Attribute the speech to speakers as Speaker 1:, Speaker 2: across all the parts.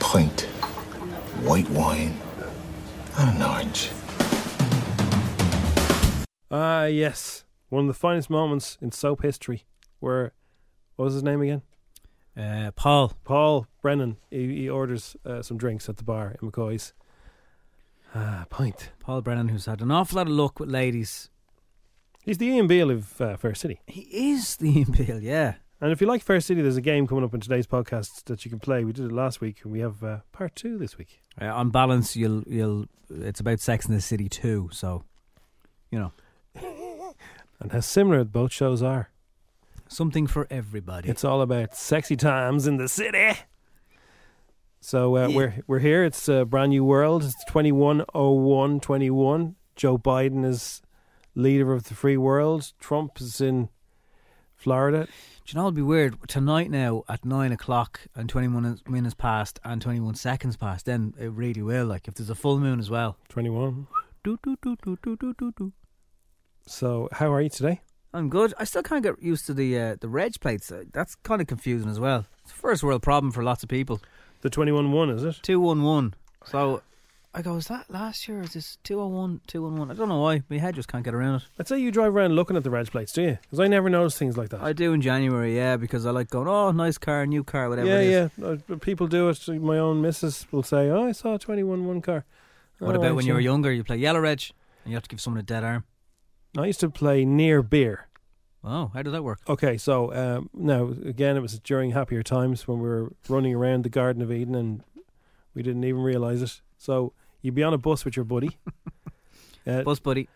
Speaker 1: Pint. White wine. And an orange.
Speaker 2: Ah, yes. One of the finest moments in soap history where, what was his name again?
Speaker 3: Uh, Paul,
Speaker 2: Paul Brennan. He, he orders uh, some drinks at the bar in McCoy's. Ah, pint.
Speaker 3: Paul Brennan, who's had an awful lot of luck with ladies.
Speaker 2: He's the Ian Beale of uh, Fair City.
Speaker 3: He is the Ian Beale, yeah.
Speaker 2: And if you like Fair City, there's a game coming up in today's podcast that you can play. We did it last week, and we have uh, part two this week.
Speaker 3: Uh, on balance, you'll you'll. It's about Sex in the City too, so you know
Speaker 2: And how similar both shows are.
Speaker 3: something for everybody.
Speaker 2: It's all about sexy times in the city. So uh, we're we're here. It's a brand new world. It's 210121. Joe Biden is leader of the free world. Trump is in Florida.
Speaker 3: Do you know it'd be weird tonight now at nine o'clock and twenty one minutes past and twenty one seconds past? Then it really will. Like if there's a full moon as well.
Speaker 2: 21.
Speaker 3: Do do do do do do do do.
Speaker 2: So how are you today?
Speaker 3: I'm good. I still can't get used to the uh, the reg plates. Uh, That's kind of confusing as well. It's a first world problem for lots of people.
Speaker 2: The 21 1, is it?
Speaker 3: Two one one. So I go, is that last year? Or is this two oh one two one one? I don't know why. My head just can't get around it.
Speaker 2: I'd say you drive around looking at the reg plates, do you? Because I never notice things like that.
Speaker 3: I do in January, yeah, because I like going, oh, nice car, new car, whatever.
Speaker 2: yeah,
Speaker 3: it is.
Speaker 2: yeah. Uh, people do it. My own missus will say, oh, I saw a 21 1 car.
Speaker 3: What
Speaker 2: Oh,
Speaker 3: about when you were
Speaker 2: actually-
Speaker 3: younger? You play yellow reg, and you have to give someone a dead arm.
Speaker 2: I used to play near beer.
Speaker 3: Oh, how does that work?
Speaker 2: Okay, so um, now again, it was during happier times when we were running around the Garden of Eden and we didn't even realize it. So you'd be on a bus with your buddy, uh, bus.
Speaker 3: Bus buddy.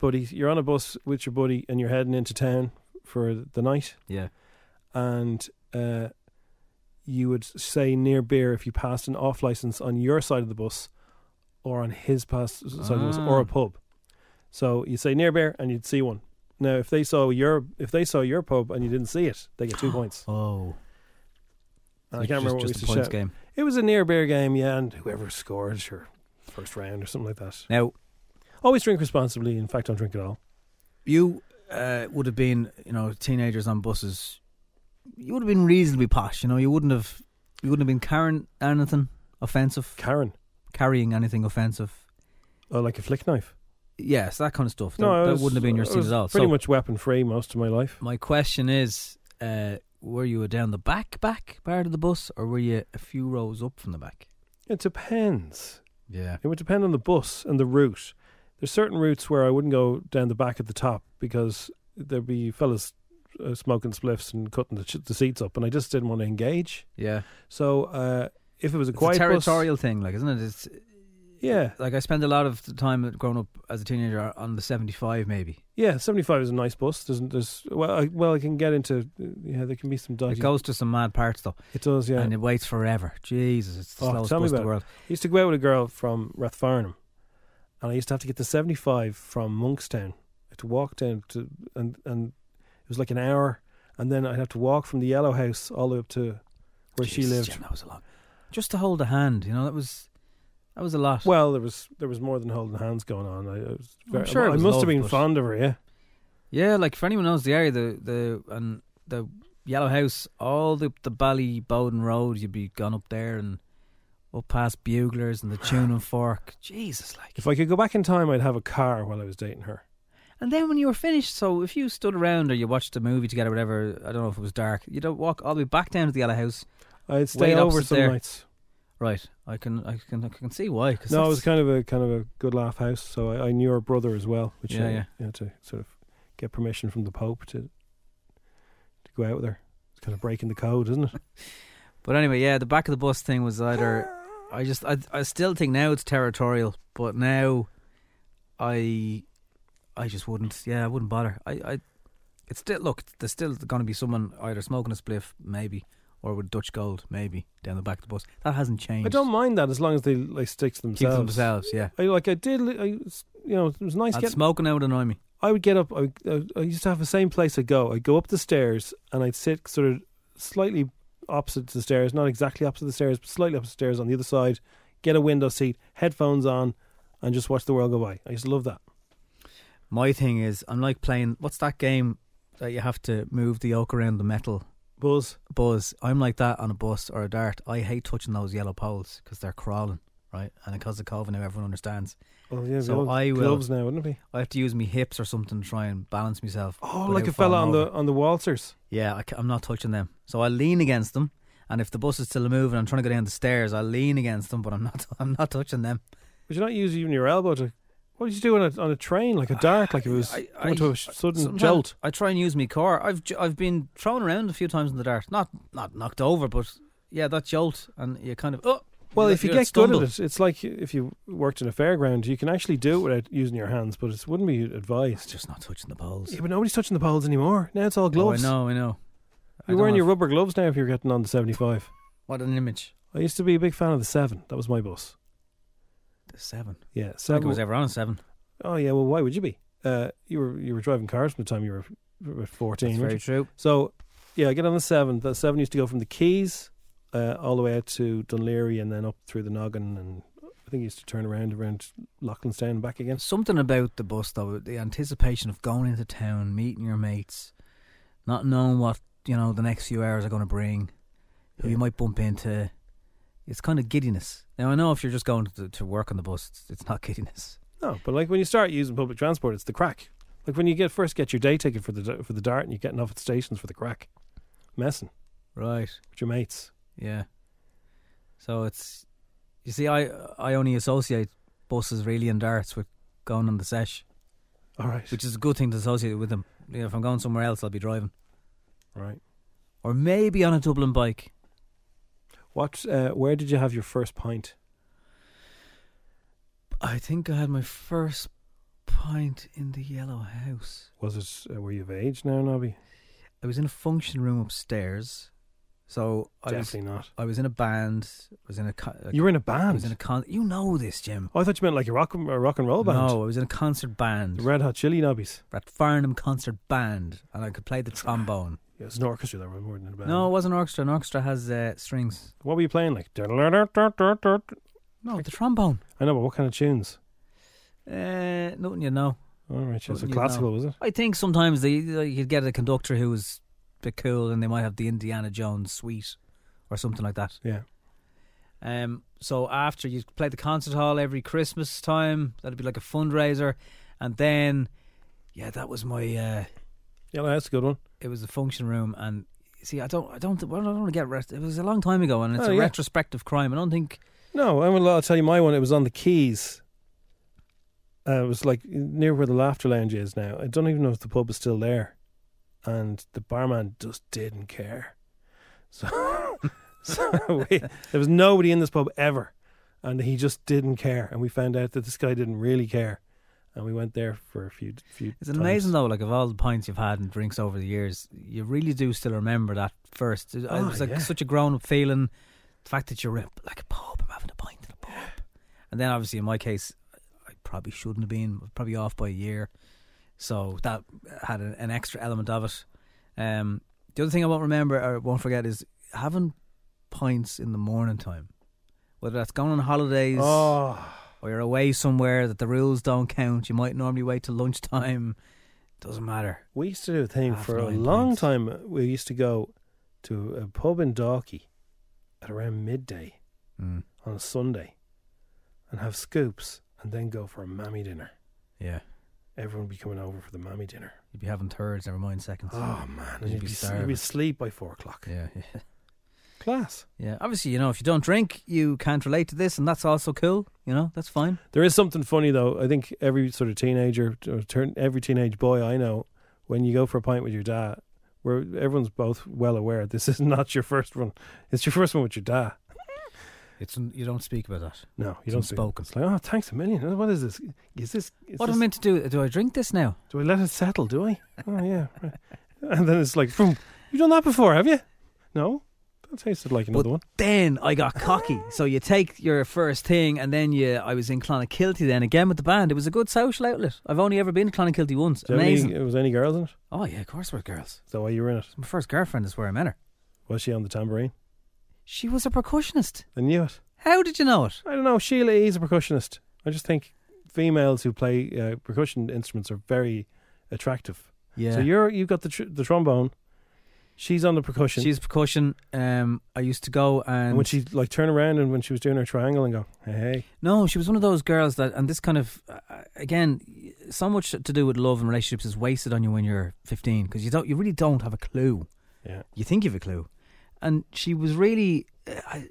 Speaker 2: buddy. You're on a bus with your buddy and you're heading into town for the night,
Speaker 3: Yeah.
Speaker 2: and uh, you would say near beer if you passed an off license on your side of the bus or on his pass side of the bus or a
Speaker 3: Ah.
Speaker 2: pub. So you say near beer and you'd see one. Now, if they saw your if they saw your pub and you didn't see it, they get two points.
Speaker 3: Oh.
Speaker 2: And I can't
Speaker 3: just,
Speaker 2: remember what we
Speaker 3: just
Speaker 2: used
Speaker 3: a
Speaker 2: to
Speaker 3: points
Speaker 2: shout.
Speaker 3: game.
Speaker 2: It was a near beer game, yeah, and whoever scored sure first round or something like that.
Speaker 3: Now,
Speaker 2: Always drink responsibly. In fact, don't drink at all.
Speaker 3: you uh, would have been, you know, teenagers on buses. You would have been reasonably posh, you know. You wouldn't have, you wouldn't have been carrying anything offensive,
Speaker 2: Karen,
Speaker 3: carrying anything offensive.
Speaker 2: oh, like a flick knife.
Speaker 3: Yes, that kind of stuff. That,
Speaker 2: I
Speaker 3: that
Speaker 2: was-
Speaker 3: wouldn't have been your
Speaker 2: I
Speaker 3: scene
Speaker 2: was
Speaker 3: at all.
Speaker 2: Pretty
Speaker 3: So-
Speaker 2: much weapon free most of my life.
Speaker 3: My question is, uh, were you down the back back part of the bus, or were you a few rows up from the back?
Speaker 2: It depends.
Speaker 3: Yeah.
Speaker 2: It would depend on the bus and the route. There's certain routes where I wouldn't go down the back at the top because there'd be fellas uh, smoking spliffs and cutting the, ch- the seats up, and I just didn't want to engage.
Speaker 3: Yeah.
Speaker 2: So uh, if it was a
Speaker 3: It's
Speaker 2: quiet
Speaker 3: a territorial thing, like isn't it? It's
Speaker 2: bus, yeah,
Speaker 3: like I spend a lot of the time growing up as a teenager on the seventy-five, maybe.
Speaker 2: yeah, 75 is a nice bus. There's, there's well, I, well, I can get into uh, yeah, there can be some
Speaker 3: It
Speaker 2: dodgy.
Speaker 3: goes to some mad parts though,
Speaker 2: It does, yeah.
Speaker 3: and it waits forever. Jesus, it's the
Speaker 2: Oh,
Speaker 3: slowest
Speaker 2: tell me
Speaker 3: bus in
Speaker 2: about
Speaker 3: the
Speaker 2: it.
Speaker 3: world.
Speaker 2: I used to go out with a girl from Rathfarnham, and I used to have to get the 75 from Monkstown. I had to walk down to, and, and it was like an hour, and then I'd have to walk from the Yellow House all the way up to where she
Speaker 3: Jesus,
Speaker 2: lived.
Speaker 3: Jim, that was a lot. Just to hold a hand, you know, that was that was a lot.
Speaker 2: Well, there was there was more than holding hands going on. I, I was
Speaker 3: I'm
Speaker 2: very,
Speaker 3: sure it
Speaker 2: I
Speaker 3: was
Speaker 2: must
Speaker 3: love,
Speaker 2: have been
Speaker 3: but-
Speaker 2: fond of her, yeah.
Speaker 3: Yeah, like for anyone who knows the area, the the and the Yellow House, all the the Bally Bowden Road, you'd be gone up there and up past Buglers and the Tune and Fork. Jesus, like,
Speaker 2: If I could go back in time, I'd have a car while I was dating her.
Speaker 3: And then when you were finished, so if you stood around or you watched a movie together, whatever, I don't know if it was dark, you'd walk all the way back down to the Yellow House.
Speaker 2: I'd stay
Speaker 3: Wait
Speaker 2: over
Speaker 3: opposite
Speaker 2: some
Speaker 3: there.
Speaker 2: nights.
Speaker 3: Right, I can, I can, I can see why. Cause
Speaker 2: No, it was
Speaker 3: that's-
Speaker 2: kind of a kind of a good laugh house. So I, I knew her brother as well, which
Speaker 3: Yeah,
Speaker 2: I
Speaker 3: yeah.
Speaker 2: had to sort of get permission from the Pope to to go out with her. It's kind of breaking the code, isn't it?
Speaker 3: But anyway, yeah, the back of the bus thing was either. I just, I, I still think now it's territorial, but now, I, I just wouldn't. Yeah, I wouldn't bother. I, I, it's still look. There's still going to be someone either smoking a spliff, maybe, or with Dutch gold, maybe, down the back of the bus. That hasn't changed.
Speaker 2: I don't mind that as long as they like stick to
Speaker 3: keep to
Speaker 2: themselves.
Speaker 3: themselves. Yeah,
Speaker 2: I like I did. li- I, was- you know, it was nice.
Speaker 3: and
Speaker 2: Getting,
Speaker 3: smoking now would annoy me.
Speaker 2: I would get up. I, would- I, I used to have the same place I go. I'd go up the stairs and I'd sit sort of slightly opposite to the stairs, not exactly opposite the stairs, but slightly opposite the stairs on the other side. Get a window seat, headphones on, and just watch the world go by. I used to love that.
Speaker 3: My thing is, I'm like playing. What's that game that you have to move the oak around the metal?
Speaker 2: Buzz.
Speaker 3: Buzz. I'm like that on a bus or a dart. I hate touching those yellow poles because they're crawling, right? And because of COVID, now everyone understands.
Speaker 2: Well, Oh, yeah,
Speaker 3: So
Speaker 2: gloves,
Speaker 3: I will-
Speaker 2: gloves now, wouldn't it be?
Speaker 3: I have to use my hips or something to try and balance myself.
Speaker 2: Oh,
Speaker 3: without
Speaker 2: like a fella on
Speaker 3: falling over.
Speaker 2: the on the waltzers.
Speaker 3: Yeah, I, am not touching them. So I lean against them, and if the bus is still moving, I'm trying to go down the stairs. I lean against them, but I'm not. I'm not touching them.
Speaker 2: Would you not use even your elbow to? What did you do on a on a train like a dart? Like it was
Speaker 3: I- I-
Speaker 2: going to a sh- sudden
Speaker 3: Sometimes
Speaker 2: jolt.
Speaker 3: I try and use my core. I've j- I've been thrown around a few times in the dart. Not not knocked over, but yeah, that jolt, and you kind of oh.
Speaker 2: Well, if you
Speaker 3: you're
Speaker 2: get good at
Speaker 3: stumble.
Speaker 2: it, it's like if you worked in a fairground, you can actually do it without using your hands, but it wouldn't be advised.
Speaker 3: just not touching the poles.
Speaker 2: Yeah, but nobody's touching the poles anymore. Now it's all gloves.
Speaker 3: Oh, I know, I know. I
Speaker 2: You're
Speaker 3: don't
Speaker 2: wearing your
Speaker 3: have-
Speaker 2: rubber gloves now if you're getting on the 75.
Speaker 3: what an image.
Speaker 2: I used to be a big fan of the 7. That was my bus.
Speaker 3: The seven.
Speaker 2: Yeah,
Speaker 3: I think
Speaker 2: 7.
Speaker 3: it was ever on a seven.
Speaker 2: oh, yeah, well, why would you be? Uh, you were you were driving cars from the time you were about 14. weren't
Speaker 3: That's very
Speaker 2: you?
Speaker 3: true.
Speaker 2: So, yeah, I get on the 7. The 7 used to go from the Keys uh, all the way out to Dunleary and then up through the Noggin. And I think it used to turn around around Loughlinstown and back again.
Speaker 3: Something about the bus though, the anticipation of going into town, meeting your mates, not knowing what you know the next few hours are going to bring, who
Speaker 2: Yeah.
Speaker 3: you might bump into. It's kind of giddiness. Now I know if you're just going to, to work on the bus, it's, it's not giddiness.
Speaker 2: No, but like when you start using public transport, it's the crack. Like when you get first get your day ticket for the for the dart, and you're getting off at stations for the crack, messing
Speaker 3: Right.
Speaker 2: with your mates.
Speaker 3: Yeah. So it's you see, I I only associate buses really and darts with going on the sesh,
Speaker 2: All right,
Speaker 3: which is a good thing to associate with them. You know, if I'm going somewhere else, I'll be driving,
Speaker 2: right.
Speaker 3: or maybe on a Dublin bike.
Speaker 2: What? Uh, where did you have your first pint?
Speaker 3: I think I had my first pint in the Yellow House.
Speaker 2: Was it? Uh, were you of age now, Nobby?
Speaker 3: I was in a function room upstairs, so I was,
Speaker 2: Definitely not.
Speaker 3: I was in a band. I was in a, co- a
Speaker 2: You were in a
Speaker 3: I
Speaker 2: band.
Speaker 3: was in a con- You know this, Jim.
Speaker 2: oh, I thought you meant like a rock and, a rock and roll band.
Speaker 3: No, I was in a concert band.
Speaker 2: the Red Hot Chili Nobbies.
Speaker 3: at Farnham concert band, and I could play the trombone.
Speaker 2: Yeah, it's an orchestra that were more than a band.
Speaker 3: No, it wasn't orchestra. An orchestra has uh, strings.
Speaker 2: what were you playing like? I
Speaker 3: No, the trombone.
Speaker 2: know, but what kind of tunes?
Speaker 3: Uh, nothing you know.
Speaker 2: All right, yeah, so
Speaker 3: Nothing you
Speaker 2: classical
Speaker 3: know.
Speaker 2: was it?
Speaker 3: I think sometimes they like, you'd get a conductor who was a bit cool, and they might have the Indiana Jones suite or something like that.
Speaker 2: Yeah.
Speaker 3: Um, so after you play the concert hall every Christmas time, that'd be like a fundraiser, and then yeah, that was my. Uh,
Speaker 2: Yeah, no, that's a good one.
Speaker 3: it was a function room, and see, I don't, I don't, well, I don't want to get. Rest- it was a long time ago, and it's
Speaker 2: Oh,
Speaker 3: a
Speaker 2: yeah.
Speaker 3: retrospective crime. I don't think
Speaker 2: No, I'm, I'll tell you my one. It was on the Keys. Uh, it was like near where the Laughter Lounge is now. I don't even know if the pub is still there. And the barman just didn't care. So, so we, there was nobody in this pub ever. And he just didn't care. And we found out that this guy didn't really care. And we went there for a few. few
Speaker 3: It's
Speaker 2: times.
Speaker 3: amazing though, like of all the pints you've had and drinks over the years, you really do still remember that first. It,
Speaker 2: Oh,
Speaker 3: was like
Speaker 2: yeah.
Speaker 3: such a grown up feeling. The fact that you're in, like a pub, I'm having a pint in a pub. And then obviously in my case, I probably shouldn't have been, probably off by a year. So that had an, an extra element of it. Um, the other thing I won't remember or won't forget is having pints in the morning time. Whether that's going on holidays
Speaker 2: Oh,
Speaker 3: or you're away somewhere that the rules don't count, you might normally wait till lunchtime. Doesn't matter.
Speaker 2: we used to do a thing
Speaker 3: Half
Speaker 2: for a
Speaker 3: nine
Speaker 2: long
Speaker 3: pints.
Speaker 2: time. We used to go to a pub in Dalkey at around midday.
Speaker 3: Mm.
Speaker 2: on a Sunday and have scoops and then go for a mammy dinner.
Speaker 3: Yeah.
Speaker 2: everyone would be coming over for the mammy dinner.
Speaker 3: You'd be having thirds, never mind seconds.
Speaker 2: Oh man,
Speaker 3: You'd
Speaker 2: you'd,
Speaker 3: be
Speaker 2: be, s-
Speaker 3: starving.
Speaker 2: you'd be asleep by four o'clock.
Speaker 3: Yeah, yeah,
Speaker 2: Class.
Speaker 3: yeah. Obviously, you know, if you don't drink, you can't relate to this, and that's also cool. You know, that's fine.
Speaker 2: There is something funny though. I think every sort of teenager, or turn, every teenage boy I know, when you go for a pint with your dad, where everyone's both well aware this is not your first one. It's your first one with your dad.
Speaker 3: It's you don't speak about that.
Speaker 2: No, you
Speaker 3: It's
Speaker 2: don't. speak.
Speaker 3: unspoken.
Speaker 2: It's like, oh, thanks a million. What is this? Is this? Is
Speaker 3: what
Speaker 2: this
Speaker 3: am I meant to do? Do I drink this now?
Speaker 2: do I let it settle? Do I? Oh yeah. right. And then it's like, "Hmm, you've done that before, have you? No, that tasted like another
Speaker 3: But
Speaker 2: one.
Speaker 3: Then I got cocky. So you take your first thing, and then you. I was in Clonakilty then again with the band. It was a good social outlet. I've only ever been to Clonakilty once.
Speaker 2: Was there any-
Speaker 3: Amazing.
Speaker 2: was there any girls in it?
Speaker 3: Oh yeah, of course we're girls.
Speaker 2: Is that why you were in it?
Speaker 3: My first girlfriend is where I met her.
Speaker 2: Was she on the tambourine?
Speaker 3: She was a percussionist.
Speaker 2: I knew it.
Speaker 3: How did you know it?
Speaker 2: I don't know. Sheila is a percussionist. I just think females who play uh, percussion instruments are very attractive.
Speaker 3: Yeah.
Speaker 2: So you're you've got the tr- the trombone. She's on the percussion.
Speaker 3: She's percussion. Um, I used to go and
Speaker 2: and when she like turn around and when she was doing her triangle and go, hey, hey.
Speaker 3: no, she was one of those girls that, and this kind of uh, again, so much to do with love and relationships is wasted on you when you're 15 because you don't, you really don't have a clue.
Speaker 2: yeah,
Speaker 3: You think you have a clue, and she was really uh, I-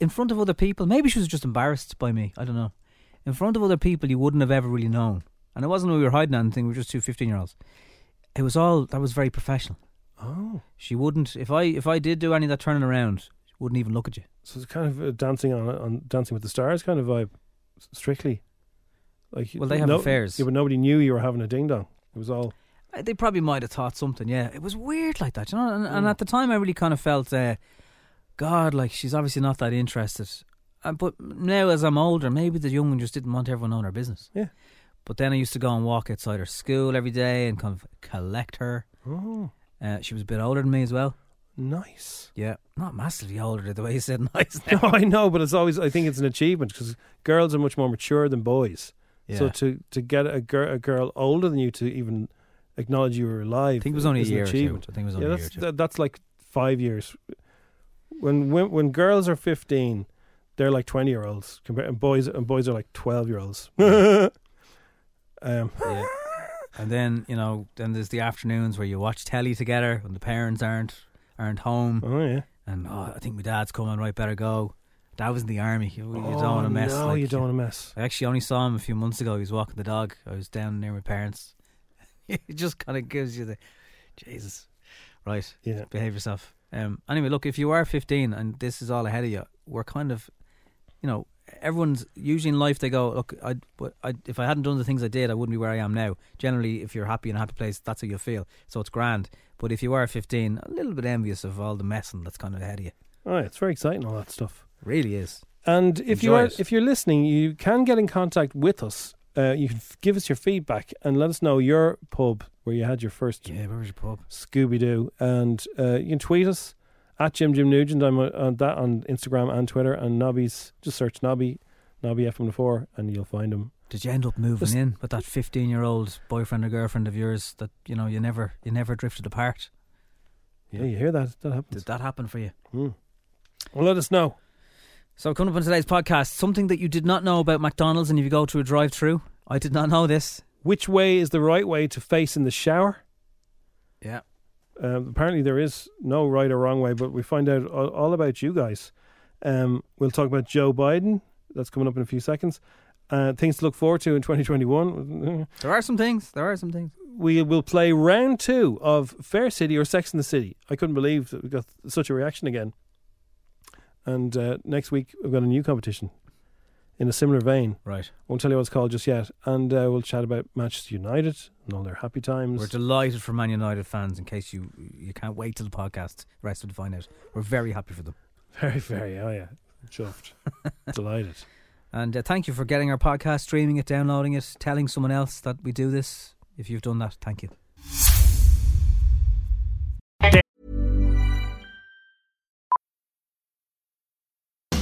Speaker 3: in front of other people. Maybe she was just embarrassed by me. I don't know. In front of other people, you wouldn't have ever really known. And it wasn't we were hiding anything. We were just two 15 year olds. It was all that was very professional.
Speaker 2: oh.
Speaker 3: She wouldn't if I if I did do any of that turning around, she wouldn't even look at you.
Speaker 2: So it's kind of a dancing on on Dancing with the Stars kind of vibe, s- strictly. Like
Speaker 3: Well, they have
Speaker 2: no-
Speaker 3: affairs.
Speaker 2: Yeah, but nobody knew you were having a ding dong. It was all
Speaker 3: Uh, They probably might have thought something. Yeah, it was weird like that, you know. And, and
Speaker 2: Mm.
Speaker 3: at the time, I really kind of felt, uh, God, like she's obviously not that interested. Uh, but now, as I'm older, maybe the young one just didn't want everyone knowing her business.
Speaker 2: yeah.
Speaker 3: But then I used to go and walk outside her school every day and kind of collect her.
Speaker 2: Oh,
Speaker 3: Uh, she was a bit older than me as well.
Speaker 2: nice.
Speaker 3: Yeah, not massively older. The way you said nice.
Speaker 2: No, I know, but it's always I think it's an achievement because girls are much more mature than boys. So
Speaker 3: Yeah.
Speaker 2: to to get a girl a girl older than you to even acknowledge you were alive,
Speaker 3: I think it was only a
Speaker 2: is an
Speaker 3: year or two.
Speaker 2: achievement.
Speaker 3: I think it was only
Speaker 2: yeah,
Speaker 3: a year
Speaker 2: that's
Speaker 3: or two.
Speaker 2: that- that's like five years. When, when when girls are fifteen, they're like twenty year olds, compared and boys and boys are like twelve year olds. um,
Speaker 3: Yeah. And then you know, then there's the afternoons where you watch telly together when the parents aren't aren't home,
Speaker 2: oh yeah,
Speaker 3: and oh, I think my dad's coming. Right, better go. Dad was in the army. You, you don't
Speaker 2: Oh,
Speaker 3: want to mess.
Speaker 2: No,
Speaker 3: like,
Speaker 2: you don't want to mess.
Speaker 3: I actually only saw him a few months ago. He was walking the dog. I was down near my parents. it just kind of gives you the Jesus. Right,
Speaker 2: Yeah.
Speaker 3: behave yourself. Um. Anyway, look, if you are 15 and this is all ahead of you, we're kind of, you know, everyone's usually in life they go, look, I, I, if I hadn't done the things I did, I wouldn't be where I am now. Generally, if you're happy in a happy place, that's how you feel. So it's grand. But if you are 15, a little bit envious of all the messing that's kind of ahead of you.
Speaker 2: Oh, yeah, it's very exciting all that stuff.
Speaker 3: Really is.
Speaker 2: And if you
Speaker 3: Enjoy
Speaker 2: are
Speaker 3: it.
Speaker 2: if you're listening, you can get in contact with us. Uh, you can f- give us your feedback and let us know your pub where you had your first
Speaker 3: Yeah. Where was your pub?
Speaker 2: Scooby Doo, and uh, you can tweet us at Jim Jim Nugent. I'm on- on that on Instagram and Twitter. And Nobby's just search Nobby, Nobby FM4, and you'll find him.
Speaker 3: Did you end up moving
Speaker 2: Just-
Speaker 3: in with that fifteen-year-old boyfriend or girlfriend of yours that you know you never you never drifted apart?
Speaker 2: Yeah, you hear that? That happens.
Speaker 3: Did that happen for you?
Speaker 2: Well, let us know.
Speaker 3: So coming up on today's podcast, something that you did not know about McDonald's, and if you go to a drive-through, I did not know this.
Speaker 2: Which way is the right way to face in the shower?
Speaker 3: Yeah,
Speaker 2: Um, apparently, there is no right or wrong way, but we find out all, all about you guys. Um, we'll talk about Joe Biden. That's coming up in a few seconds. Uh, things to look forward to in 2021.
Speaker 3: there are some things. There are some things.
Speaker 2: We will play round two of Fair City or Sex in the City. I couldn't believe that we got such a reaction again. And uh, next week, we've got a new competition in a similar vein.
Speaker 3: Right,
Speaker 2: Won't tell you what it's called just yet. And uh, we'll chat about Manchester United and all their happy times.
Speaker 3: we're delighted for Man United fans. In case you you can't wait till the podcast, the rest of it to find out. We're very happy for them,
Speaker 2: very, very, oh yeah. Chuffed. Delighted.
Speaker 3: and uh, thank you for getting our podcast, streaming it, downloading it, telling someone else that we do this. If you've done that, thank you.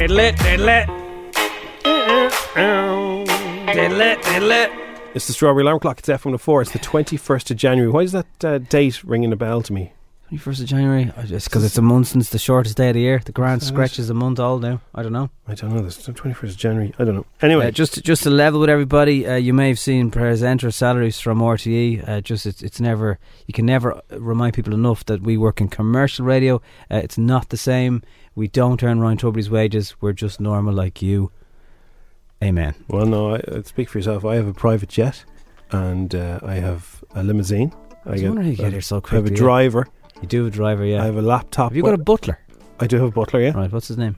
Speaker 3: Diddle-it, diddle-it, diddle-it, diddle-it.
Speaker 2: It's the Strawberry Alarm Clock. It's F104. It's the 21st of January. Why is that uh, date ringing a bell to me?
Speaker 3: 21st of January. I just because it's a month since the shortest day of the year. The grand stretch is a month old now. I don't know.
Speaker 2: I don't know. This 21st of January. I don't know. Anyway,
Speaker 3: Uh, just just to level with everybody, uh, you may have seen presenter salaries from RTE. Uh, just it's it's never you can never remind people enough that we work in commercial radio. Uh, it's not the same. We don't earn Ryan Tubridy's wages. We're just normal like you. Amen.
Speaker 2: well, no, I, uh, speak for yourself. I have a private jet and uh, I have a limousine. I,
Speaker 3: was wondering how you get
Speaker 2: I-
Speaker 3: here so
Speaker 2: Uh, I have a
Speaker 3: quickly.
Speaker 2: driver.
Speaker 3: You do have a driver, yeah.
Speaker 2: I have a laptop.
Speaker 3: Have you got a butler?
Speaker 2: I do have a butler, yeah.
Speaker 3: Right. What's his name?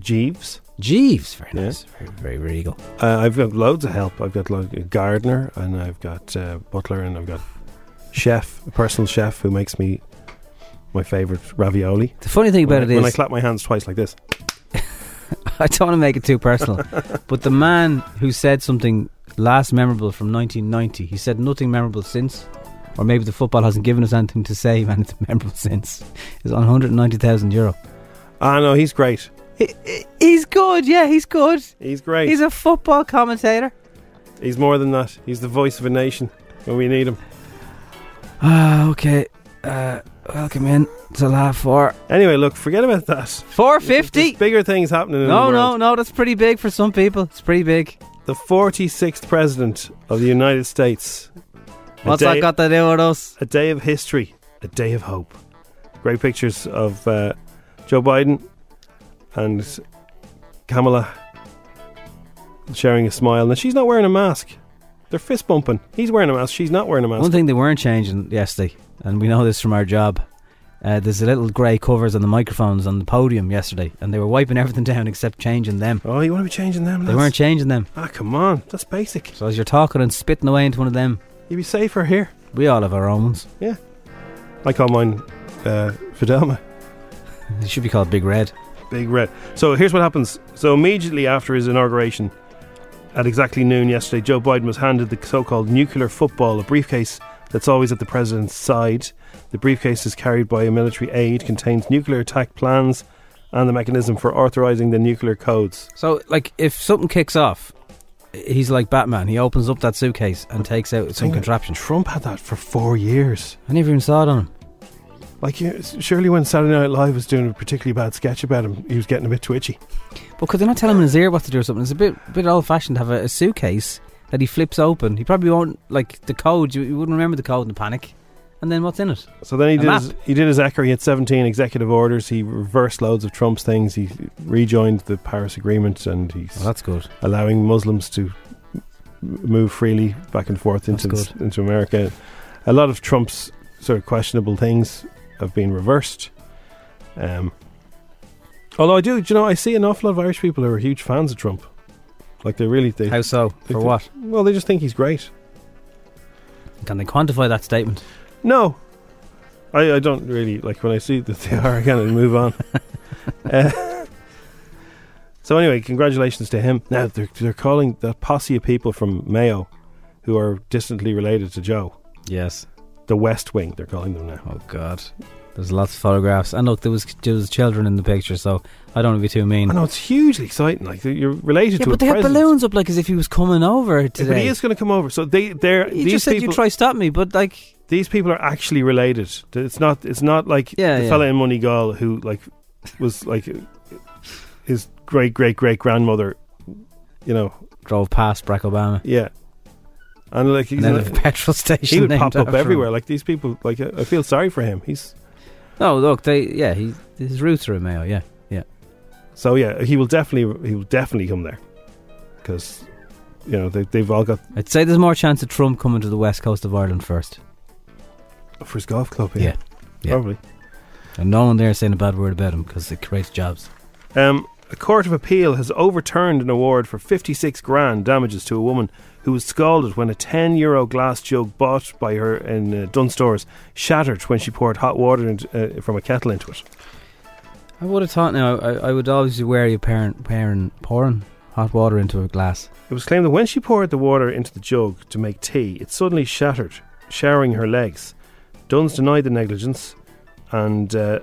Speaker 2: Jeeves.
Speaker 3: Jeeves. Very
Speaker 2: Yeah.
Speaker 3: nice. Very very regal.
Speaker 2: Uh, I've got loads of help. I've got like a gardener, and I've got uh, butler, and I've got chef, a personal chef who makes me my favorite ravioli.
Speaker 3: The funny thing about
Speaker 2: when
Speaker 3: it
Speaker 2: I, when I
Speaker 3: is-
Speaker 2: clap my hands twice like this,
Speaker 3: I don't want to make it too personal, but the man who said something last memorable from 1990, he said nothing memorable since, or maybe the football hasn't given us anything to say anything memorable since, is on 190,000 euro.
Speaker 2: ah no, he's great.
Speaker 3: He- he- He's good, yeah, he's good.
Speaker 2: He's great.
Speaker 3: He's
Speaker 2: He's,
Speaker 3: a football commentator.
Speaker 2: more than that. He's the voice of a nation when we need him.
Speaker 3: Ah, okay. Uh, welcome in to Laugh 4.
Speaker 2: Anyway, look, forget about that. There's
Speaker 3: 450?
Speaker 2: bigger things happening. In
Speaker 3: No,
Speaker 2: the
Speaker 3: no,
Speaker 2: world.
Speaker 3: no, that's pretty big for some people. It's pretty big.
Speaker 2: The forty-sixth president of the United States. A
Speaker 3: What's
Speaker 2: day-
Speaker 3: that got to do with us?
Speaker 2: A day of history, a day of hope. Great pictures of uh, Joe Biden and Kamala sharing a smile. Now, she's not wearing a mask. They're fist bumping. He's wearing a mask. She's not wearing a mask.
Speaker 3: One thing they weren't changing yesterday, and we know this from our job, uh, there's the little grey covers on the microphones on the podium yesterday, and they were wiping everything down except changing them.
Speaker 2: Oh, you want to be changing them?
Speaker 3: They
Speaker 2: lads?
Speaker 3: weren't changing them.
Speaker 2: Ah, come on. That's basic.
Speaker 3: So as you're talking and spitting away into one of them,
Speaker 2: You'd be safer here.
Speaker 3: we all have our own ones.
Speaker 2: I call mine uh, Fidelma.
Speaker 3: They should be called Big Red.
Speaker 2: Big red. So here's what happens. So immediately after his inauguration, at exactly noon yesterday, Joe Biden was handed the so-called nuclear football, a briefcase that's always at the president's side. The briefcase is carried by a military aide, contains nuclear attack plans, and the mechanism for authorizing the nuclear codes.
Speaker 3: So, like, if something kicks off, he's like Batman. He opens up that suitcase and takes out some contraption.
Speaker 2: Trump had that for four years.
Speaker 3: I never even saw it on him.
Speaker 2: Like you- surely when Saturday Night Live was doing a particularly bad sketch about him, he was getting a bit twitchy.
Speaker 3: But could they not tell him in his ear what to do or something? It's a bit bit old fashioned to have a, a suitcase that he flips open. He probably won't like the code. You, you wouldn't remember the code in the panic. And then what's in it?
Speaker 2: So then he
Speaker 3: A
Speaker 2: did
Speaker 3: map.
Speaker 2: his, he did his ECHR. He had seventeen executive orders. He reversed loads of Trump's things. He rejoined the Paris Agreement, and he's
Speaker 3: Well, that's good.
Speaker 2: allowing Muslims to m- move freely back and forth into
Speaker 3: That's
Speaker 2: this- into America. A lot of Trump's sort of questionable things have been reversed. Um, although I do, do you know, I see an awful lot of Irish people who are huge fans of Trump. Like they really, they
Speaker 3: How so?
Speaker 2: they
Speaker 3: For
Speaker 2: think-
Speaker 3: what?
Speaker 2: Well, they just think he's great.
Speaker 3: Can they quantify that statement?
Speaker 2: No. I, I don't really like when I see that they are. I kind of move on. Uh, so anyway, congratulations to him. Now they're they're calling that posse of people from Mayo, who are distantly related to Joe,
Speaker 3: Yes.
Speaker 2: the West Wing. They're calling them now.
Speaker 3: Oh God. There's lots of photographs, and look, there was there was children in the picture, so I don't want to be too mean.
Speaker 2: I know it's hugely exciting. Like you're related
Speaker 3: yeah,
Speaker 2: to a
Speaker 3: but they had
Speaker 2: president.
Speaker 3: balloons up like as if he was coming over
Speaker 2: Yeah, But
Speaker 3: today.
Speaker 2: he is going to come over. So they, they're
Speaker 3: you
Speaker 2: these
Speaker 3: just said
Speaker 2: people.
Speaker 3: you try stop me, but like
Speaker 2: these people are actually related. It's not. It's not like
Speaker 3: Yeah,
Speaker 2: the
Speaker 3: yeah.
Speaker 2: fella in Donegal who like was like his great great great grandmother. You know,
Speaker 3: drove past Barack Obama
Speaker 2: yeah, and like he's
Speaker 3: and then
Speaker 2: not-
Speaker 3: a petrol station.
Speaker 2: he would
Speaker 3: named
Speaker 2: pop up
Speaker 3: after him.
Speaker 2: everywhere. Like these people. Like I I feel sorry for him. He's
Speaker 3: No, look, they yeah, he his roots are in Mayo. Yeah, yeah.
Speaker 2: so yeah. He will definitely. He will definitely come there because you know they, they've all got
Speaker 3: I'd say there's more chance of Trump coming to the west coast of Ireland first,
Speaker 2: for his golf club.
Speaker 3: Yeah, yeah.
Speaker 2: probably.
Speaker 3: and no one there saying a bad word about him because it creates jobs.
Speaker 2: Um, a court of appeal has overturned an award for 56 grand damages to a woman who was scalded when a 10 euro glass jug bought by her in uh, Dunstores shattered when she poured hot water into, uh, from a kettle into it.
Speaker 3: I would have thought now. I, I would always be wary of pouring, pouring, pouring hot water into a glass.
Speaker 2: It was claimed that when she poured the water into the jug to make tea, it suddenly shattered, showering her legs. Duns denied the negligence, and uh,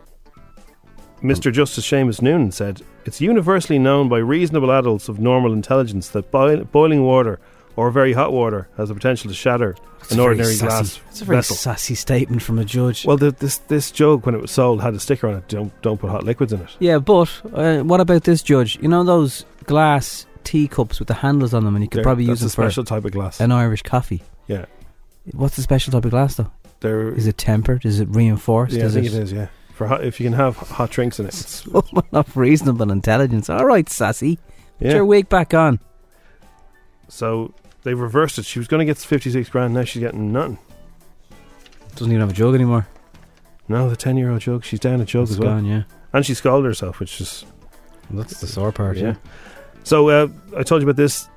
Speaker 2: Mr. Justice Seamus Noonan said, It's universally known by reasonable adults of normal intelligence that boi- boiling water or very hot water has the potential to shatter
Speaker 3: That's
Speaker 2: an
Speaker 3: a very
Speaker 2: ordinary
Speaker 3: sassy-
Speaker 2: glass
Speaker 3: That's a very
Speaker 2: vessel.
Speaker 3: sassy statement from a judge.
Speaker 2: well, the, this this jug, when it was sold, had a sticker on it. Don't don't put hot liquids in it.
Speaker 3: yeah, but uh, what about this judge? You know those glass teacups with the handles on them, and you could
Speaker 2: They're-
Speaker 3: probably
Speaker 2: that's
Speaker 3: use
Speaker 2: a
Speaker 3: them for
Speaker 2: special type of glass.
Speaker 3: an Irish coffee.
Speaker 2: Yeah,
Speaker 3: What's the special type of glass though?
Speaker 2: there.
Speaker 3: Is it tempered? Is it reinforced?
Speaker 2: Yeah, I
Speaker 3: is
Speaker 2: think
Speaker 3: it?
Speaker 2: it is. Yeah, for hot, if you can have hot drinks in it, it's
Speaker 3: Woman of reasonable intelligence. All right, sassy. Put
Speaker 2: Yeah.
Speaker 3: your wig back on.
Speaker 2: So they reversed it. She was going to get 56 grand. Now she's getting nothing.
Speaker 3: Doesn't even have a jug anymore.
Speaker 2: No, the 10 year old jug. She's down a jug
Speaker 3: It's
Speaker 2: as well.
Speaker 3: gone, yeah.
Speaker 2: And she scalded herself, which is.
Speaker 3: That's the sore part,
Speaker 2: yeah. So uh, I told you about this.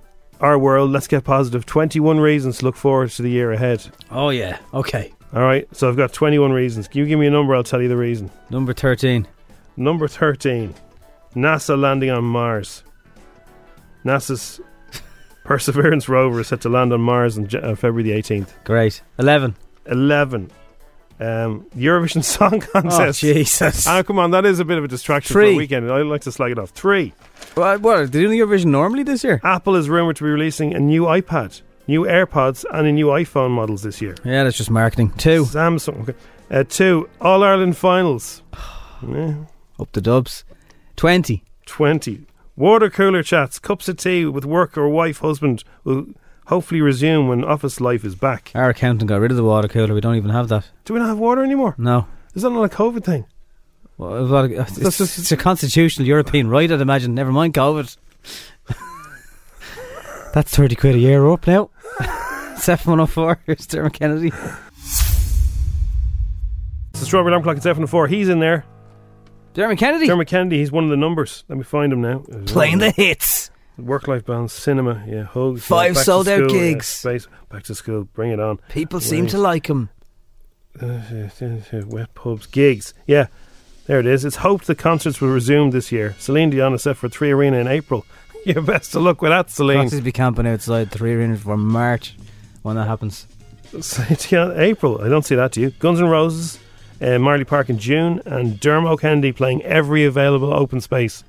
Speaker 2: Our world, let's get positive. 21 reasons to look forward to the year ahead.
Speaker 3: Oh, yeah. Okay.
Speaker 2: All right. So I've got 21 reasons. Can you give me a number? I'll tell you the reason.
Speaker 3: Number 13.
Speaker 2: Number 13 NASA landing on Mars. NASA's Perseverance rover is set to land on Mars on J- uh, February the 18th.
Speaker 3: Great. 11.
Speaker 2: 11. Um, Eurovision Song
Speaker 3: Oh,
Speaker 2: Contest.
Speaker 3: Jesus.
Speaker 2: Ah, come on, that is a bit of a distraction for
Speaker 3: Three.
Speaker 2: a weekend. I like to slag it off. Three.
Speaker 3: what, what? Are they doing Eurovision normally this year?
Speaker 2: Apple is rumored to be releasing a new iPad, new AirPods, and a new iPhone models this year.
Speaker 3: Yeah, that's just marketing. Two.
Speaker 2: Samsung. Okay. Uh, two. All Ireland finals. Eh,
Speaker 3: Up the dubs. 20.
Speaker 2: Twenty. Water cooler chats, cups of tea with work or wife, husband will hopefully resume when office life is back.
Speaker 3: Our accountant got rid of the water cooler. We don't even have that.
Speaker 2: Do we not have water anymore?
Speaker 3: No.
Speaker 2: Is that not a COVID thing?
Speaker 3: Well, what- it's,
Speaker 2: That's just-
Speaker 3: uh, it's a constitutional European right, I'd imagine. Never mind COVID. That's 30 quid a year up now. Seven one oh four. Here's Dermot Kennedy.
Speaker 2: It's the strawberry alarm clock. It's F4. He's in there.
Speaker 3: Dermot Kennedy.
Speaker 2: Dermot Kennedy. He's one of the numbers. Let me find him now. Uh,
Speaker 3: playing the hits.
Speaker 2: Work life balance, cinema, yeah, hugs. yeah,
Speaker 3: Five
Speaker 2: back to
Speaker 3: sold-out
Speaker 2: school, yeah,
Speaker 3: gigs.
Speaker 2: space, back to school, bring it on.
Speaker 3: People seem to like him.
Speaker 2: Wet pubs, gigs, yeah. There it is. It's hoped the concerts will resume this year. Celine Dion is set for three arena in April. Your best of luck with that, Celine.
Speaker 3: Foxes be camping outside three arenas for March when that happens.
Speaker 2: Celine Dion, April. I don't see that to you. Guns N' Roses, uh, Marley Park in June, and Dermot Kennedy playing every available open space.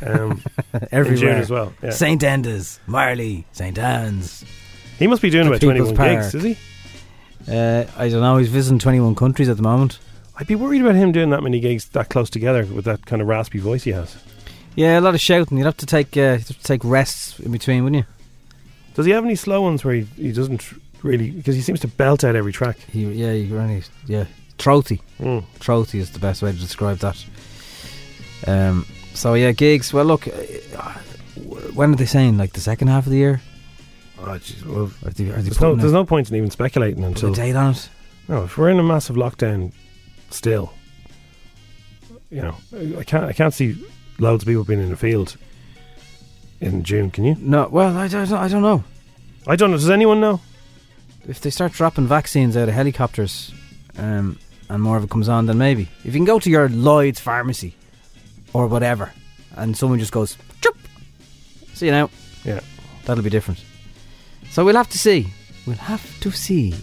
Speaker 2: Um,
Speaker 3: Everywhere
Speaker 2: as well, yeah.
Speaker 3: Saint Enda's, Marley, Saint Anne's.
Speaker 2: he must be doing
Speaker 3: The
Speaker 2: about twenty-one
Speaker 3: People's Power.
Speaker 2: gigs, is he?
Speaker 3: Uh, I don't know. He's visiting twenty-one countries at the moment.
Speaker 2: I'd be worried about him doing that many gigs that close together with that kind of raspy voice he has.
Speaker 3: Yeah, a lot of shouting. You'd have to take uh, you'd have to take rests in between, wouldn't
Speaker 2: Does he have any slow ones where he, he doesn't really because he seems to belt out every track?
Speaker 3: you? He, yeah, you're only yeah throaty.
Speaker 2: Mm.
Speaker 3: Throaty is the best way to describe that. Um. So yeah, gigs. Well, look. uh, uh, When are they saying? Like the second half of the year?
Speaker 2: Oh, geez, well,
Speaker 3: Or are they, are they
Speaker 2: there's, no,
Speaker 3: putting a-
Speaker 2: there's no point in even speculating
Speaker 3: putting a
Speaker 2: until
Speaker 3: date on it?
Speaker 2: no. If we're in a massive lockdown, still, you know, I- I can't I can't see loads of people being in the field in June. Can you?
Speaker 3: No. Well, I don't. I don't know.
Speaker 2: I don't know. Does anyone know?
Speaker 3: if they start dropping vaccines out of helicopters um, and more of it comes on, then maybe. If you can go to your Lloyd's pharmacy or whatever and someone just goes, Chirp! see you now,
Speaker 2: Yeah.
Speaker 3: that'll be different. So we'll have to see. We'll have to see.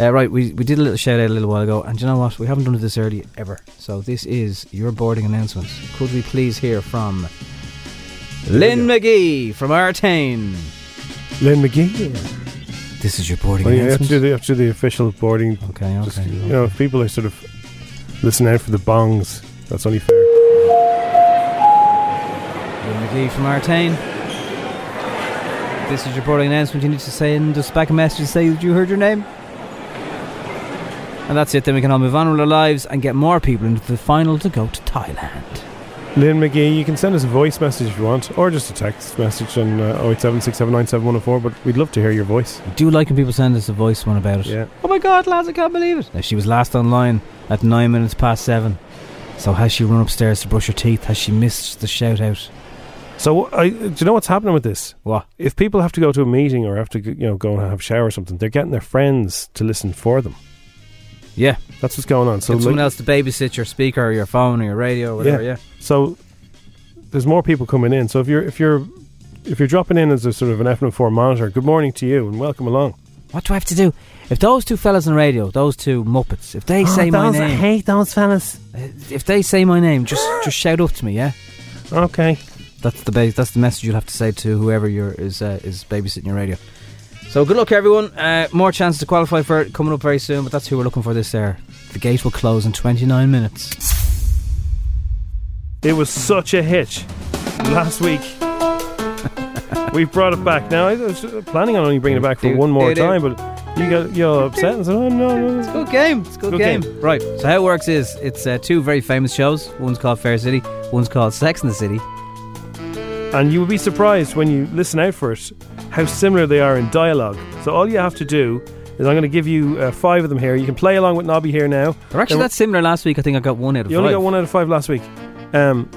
Speaker 3: Uh, right, we, we did a little shout out a little while ago, and do you know what? We haven't done this early ever. So this is your boarding announcements. Could we please hear from Lynn McGee from Artane?
Speaker 2: Lynn McGee.
Speaker 3: This is your boarding
Speaker 2: Well, you have to
Speaker 3: announcements.
Speaker 2: Oh, do the, you have to do the official boarding.
Speaker 3: Okay, okay.
Speaker 2: Just, you know, if people are sort of listening out for the bongs, that's only fair.
Speaker 3: Lynn McGee from Artane. This is your boarding announcement. You need to send us back a message to say that you heard your name. And that's it. Then we can all move on with our lives and get more people into the final to go to Thailand.
Speaker 2: Lynn McGee, you can send us a voice message if you want, or just a text message on uh, 087-679-7104, But we'd love to hear your voice.
Speaker 3: I do like when people send us a voice one about it.
Speaker 2: Yeah.
Speaker 3: Oh my god, lads, I can't believe it. Now, she was last online at nine minutes past seven. So has she run upstairs to brush her teeth? Has she missed the shout out?
Speaker 2: So I, do you know what's happening with this?
Speaker 3: What?
Speaker 2: If people have to go to a meeting or have to you know go and have a shower or something, they're getting their friends to listen for them.
Speaker 3: Yeah.
Speaker 2: That's what's going on. So
Speaker 3: Get someone
Speaker 2: like-
Speaker 3: else to babysit your speaker or your phone or your radio or whatever, yeah.
Speaker 2: So there's more people coming in. So if you're if you're if you're dropping in as a sort of an FM4 monitor, good morning to you and welcome along.
Speaker 3: What do I have to do? If those two fellas on radio, those two Muppets, if they say my name
Speaker 2: hate Oh, those fellas.
Speaker 3: if they say my name, just just shout up to me, yeah?
Speaker 2: Okay.
Speaker 3: That's the base. That's the message you'll have to say to whoever you're, is uh, is babysitting your radio. So good luck, everyone. Uh, more chances to qualify for it coming up very soon, but that's who we're looking for this year. The gate will close in 29 minutes.
Speaker 2: It was such a hitch last week. we brought it back. Now I was planning on only bringing it back for
Speaker 3: Do,
Speaker 2: one more
Speaker 3: do, do.
Speaker 2: time, but you got you're all upset and said, "Oh no, no, no."
Speaker 3: Good game. It's a good,
Speaker 2: Good
Speaker 3: game.
Speaker 2: game.
Speaker 3: Right. So how it works is it's uh, two very famous shows. One's called Fair City. One's called Sex in the City.
Speaker 2: And you will be surprised when you listen out for it how similar they are in dialogue. So all you have to do is I'm going to give you uh, five of them here. You can play along with Nobby here now.
Speaker 3: Or actually,
Speaker 2: Then-
Speaker 3: that's similar. Last week, I think I got one out of
Speaker 2: You
Speaker 3: five.
Speaker 2: only got one out of five last week. Um,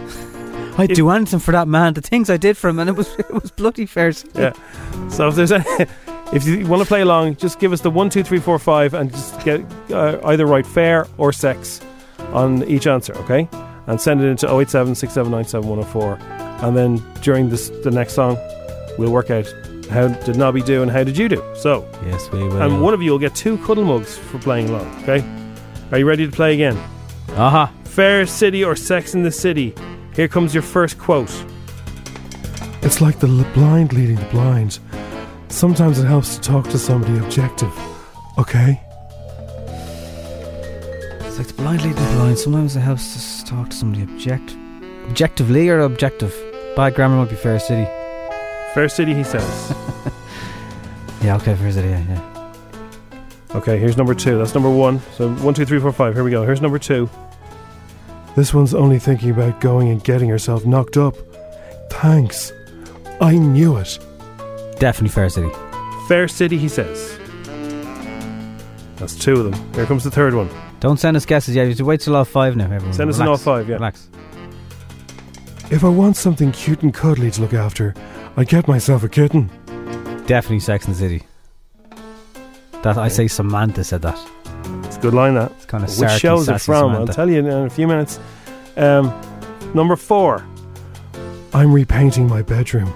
Speaker 3: I'd
Speaker 2: If-
Speaker 3: do anything for that man. The things I did for him, and it was it was bloody fair. City.
Speaker 2: yeah. So if there's any, if you want to play along, just give us the one, two, three, four, five, and just get uh, either write fair or sex on each answer, okay? And send it into 087 And then during this, the next song, we'll work out how did Nobby do and how did you do. So,
Speaker 3: Yes, we will.
Speaker 2: and one of you will get two cuddle mugs for playing along, okay? Are you ready to play again?
Speaker 3: Aha.
Speaker 2: Fair City or Sex in the City. Here comes your first quote. It's like the l- blind leading the blind. Sometimes it helps to talk to somebody objective. Okay?
Speaker 3: It's like the blind leading the blind. Sometimes it helps to s- talk to somebody object, objectively or objective. Bad grammar might be fair city.
Speaker 2: Fair City, he says.
Speaker 3: Yeah, okay, fair city. Yeah, yeah.
Speaker 2: okay, here's number two. That's number one. So one, two, three, four, five. Here we go. Here's number two. This one's only thinking about going and getting herself knocked up. Thanks. I knew it.
Speaker 3: Definitely fair city.
Speaker 2: Fair City, he says. That's two of them. Here comes the third one.
Speaker 3: Don't send us guesses yet. You have to wait till all five now, everyone.
Speaker 2: Send us an
Speaker 3: Relax.
Speaker 2: all five, yeah.
Speaker 3: Relax.
Speaker 2: If I want something cute and cuddly to look after, I get myself a kitten.
Speaker 3: Definitely Sex and the City. That I say Samantha said that.
Speaker 2: It's a good line that.
Speaker 3: It's kind of
Speaker 2: Which shows it from? I'll
Speaker 3: Samantha.
Speaker 2: tell you in a few minutes. Um, number four. I'm repainting my bedroom.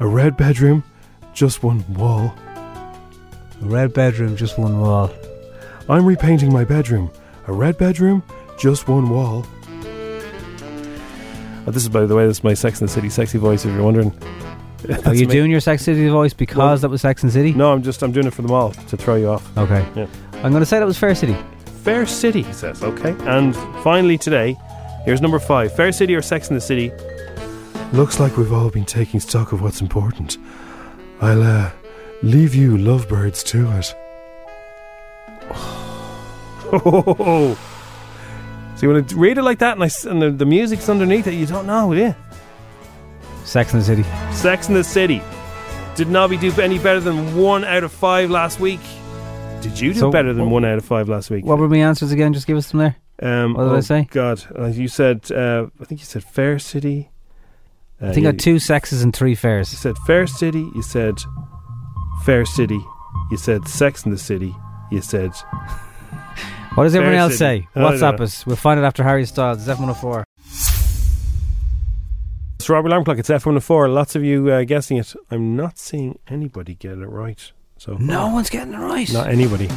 Speaker 2: A red bedroom, just one wall.
Speaker 3: Red bedroom, just one wall.
Speaker 2: I'm repainting my bedroom. A red bedroom, just one wall. Oh, this is, by the way, this is my Sex and the City sexy voice. If you're wondering,
Speaker 3: Are
Speaker 2: That's
Speaker 3: you
Speaker 2: me.
Speaker 3: doing your Sex City voice because
Speaker 2: Well-
Speaker 3: that was Sex and the City?
Speaker 2: No, I'm just I'm doing it for them all to throw you off.
Speaker 3: Okay.
Speaker 2: Yeah.
Speaker 3: I'm going to say that was Fair City.
Speaker 2: Fair City, he says. Okay. And finally today, here's number five Fair City or Sex in the City? Looks like we've all been taking stock of what's important. I'll uh, leave you lovebirds to it. Oh. So you want to read it like that and, I s and the, the music's underneath it, you don't know, do you?
Speaker 3: Sex and the City.
Speaker 2: Sex in the City. Did Nobby do any better than one out of five last week? Did you do
Speaker 3: So-
Speaker 2: better than one out of five last week?
Speaker 3: What were my answers again? Just give us them there.
Speaker 2: Um,
Speaker 3: What did
Speaker 2: oh
Speaker 3: I say?
Speaker 2: God, uh, you said. Uh, I think you said Fair City. Uh,
Speaker 3: I think I
Speaker 2: you,
Speaker 3: had two sexes and three fairs.
Speaker 2: You said Fair City. You said Fair City. You said Sex in the City. You said
Speaker 3: What does everyone
Speaker 2: Fair
Speaker 3: else
Speaker 2: City.
Speaker 3: say?
Speaker 2: I don't
Speaker 3: WhatsApp
Speaker 2: know.
Speaker 3: us. We'll find it after Harry Styles. It's F104.
Speaker 2: it's Robert Alarm Clock. It's F one oh four. Lots of you uh, guessing it. I'm not seeing anybody get it right. So
Speaker 3: No one's getting it right.
Speaker 2: not anybody.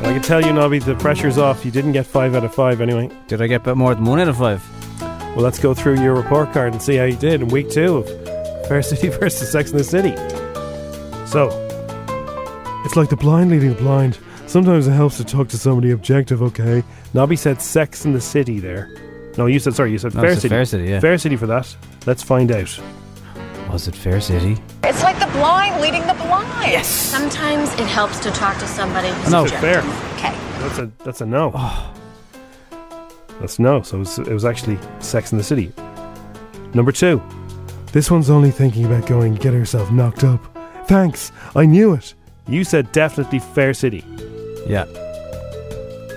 Speaker 2: And I can tell you, Nobby, the pressure's off. You didn't get five out of five anyway.
Speaker 3: Did I get a bit more than one out of five?
Speaker 2: Well, let's go through your report card and see how you did in week two of Fair City versus Sex in the City. So, it's like the blind leading the blind. Sometimes it helps to talk to somebody objective, okay? Nobby said Sex in the City there. No, you said, sorry, you said
Speaker 3: No, I
Speaker 2: Fair
Speaker 3: said
Speaker 2: City.
Speaker 3: Fair City, yeah.
Speaker 2: Fair City for that. Let's find out.
Speaker 3: Was it Fair City?
Speaker 4: It's like the blind leading the blind. Yes.
Speaker 5: Sometimes it helps to talk to somebody who's
Speaker 2: No,
Speaker 5: objective.
Speaker 2: fair.
Speaker 5: Okay.
Speaker 2: That's a that's a no. That's no. So it was, it was actually Sex in the City. Number two. This one's only thinking about going get herself knocked up. Thanks, I knew it. You said definitely Fair City.
Speaker 3: Yeah.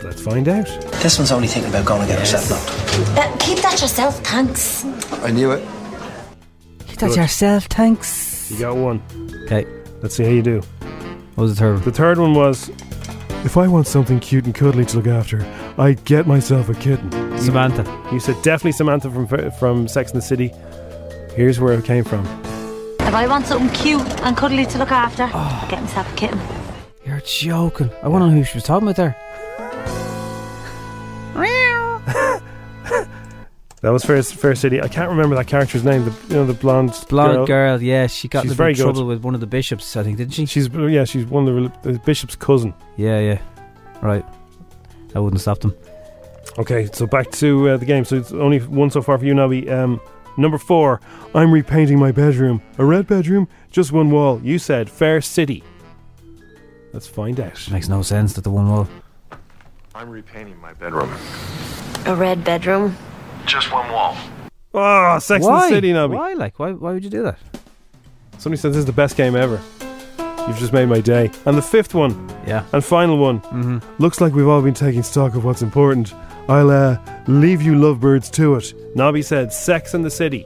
Speaker 2: Let's find out.
Speaker 6: This one's only thinking about going to get herself knocked.
Speaker 5: Uh, keep that yourself, thanks.
Speaker 6: I knew it.
Speaker 3: Keep
Speaker 2: that Good.
Speaker 3: yourself, thanks.
Speaker 2: You got one.
Speaker 3: Okay.
Speaker 2: Let's see how you do.
Speaker 3: What was the third?
Speaker 2: The third one was If I want something cute and cuddly to look after, I'd get myself a kitten.
Speaker 3: Samantha.
Speaker 2: You said definitely Samantha from from Sex and the City. Here's where it came from.
Speaker 5: If I want something cute and cuddly to look after, I'll get myself a kitten.
Speaker 3: You're joking. I wonder who she was talking about there.
Speaker 2: That was Fair, Fair City. I can't remember that character's name. The you know the blonde
Speaker 3: Blonde girl, yeah, she got
Speaker 2: She's
Speaker 3: into
Speaker 2: very good.
Speaker 3: trouble with one of the bishops, I think, didn't she?
Speaker 2: She's yeah, she's one of the, rel- the bishop's cousin.
Speaker 3: Yeah, yeah. Right. I wouldn't stop them.
Speaker 2: Okay, so back to uh, the game. So it's only one so far for you, Nobby. Um, number four, I'm repainting my bedroom. A red bedroom, just one wall. You said Fair City. Let's find out.
Speaker 3: Makes no sense that the one wall.
Speaker 7: I'm repainting my bedroom.
Speaker 5: A red bedroom.
Speaker 7: Just one wall.
Speaker 2: Oh, Sex and
Speaker 3: why?
Speaker 2: the City, Nobby.
Speaker 3: Why? Like, why, why would you do that?
Speaker 2: Somebody said this is the best game ever. You've just made my day. And the fifth one,
Speaker 3: Yeah.
Speaker 2: and final one.
Speaker 3: Mm-hmm.
Speaker 2: Looks like we've all been taking stock of what's important. I'll uh, leave you lovebirds to it. Nobby said, Sex and the City.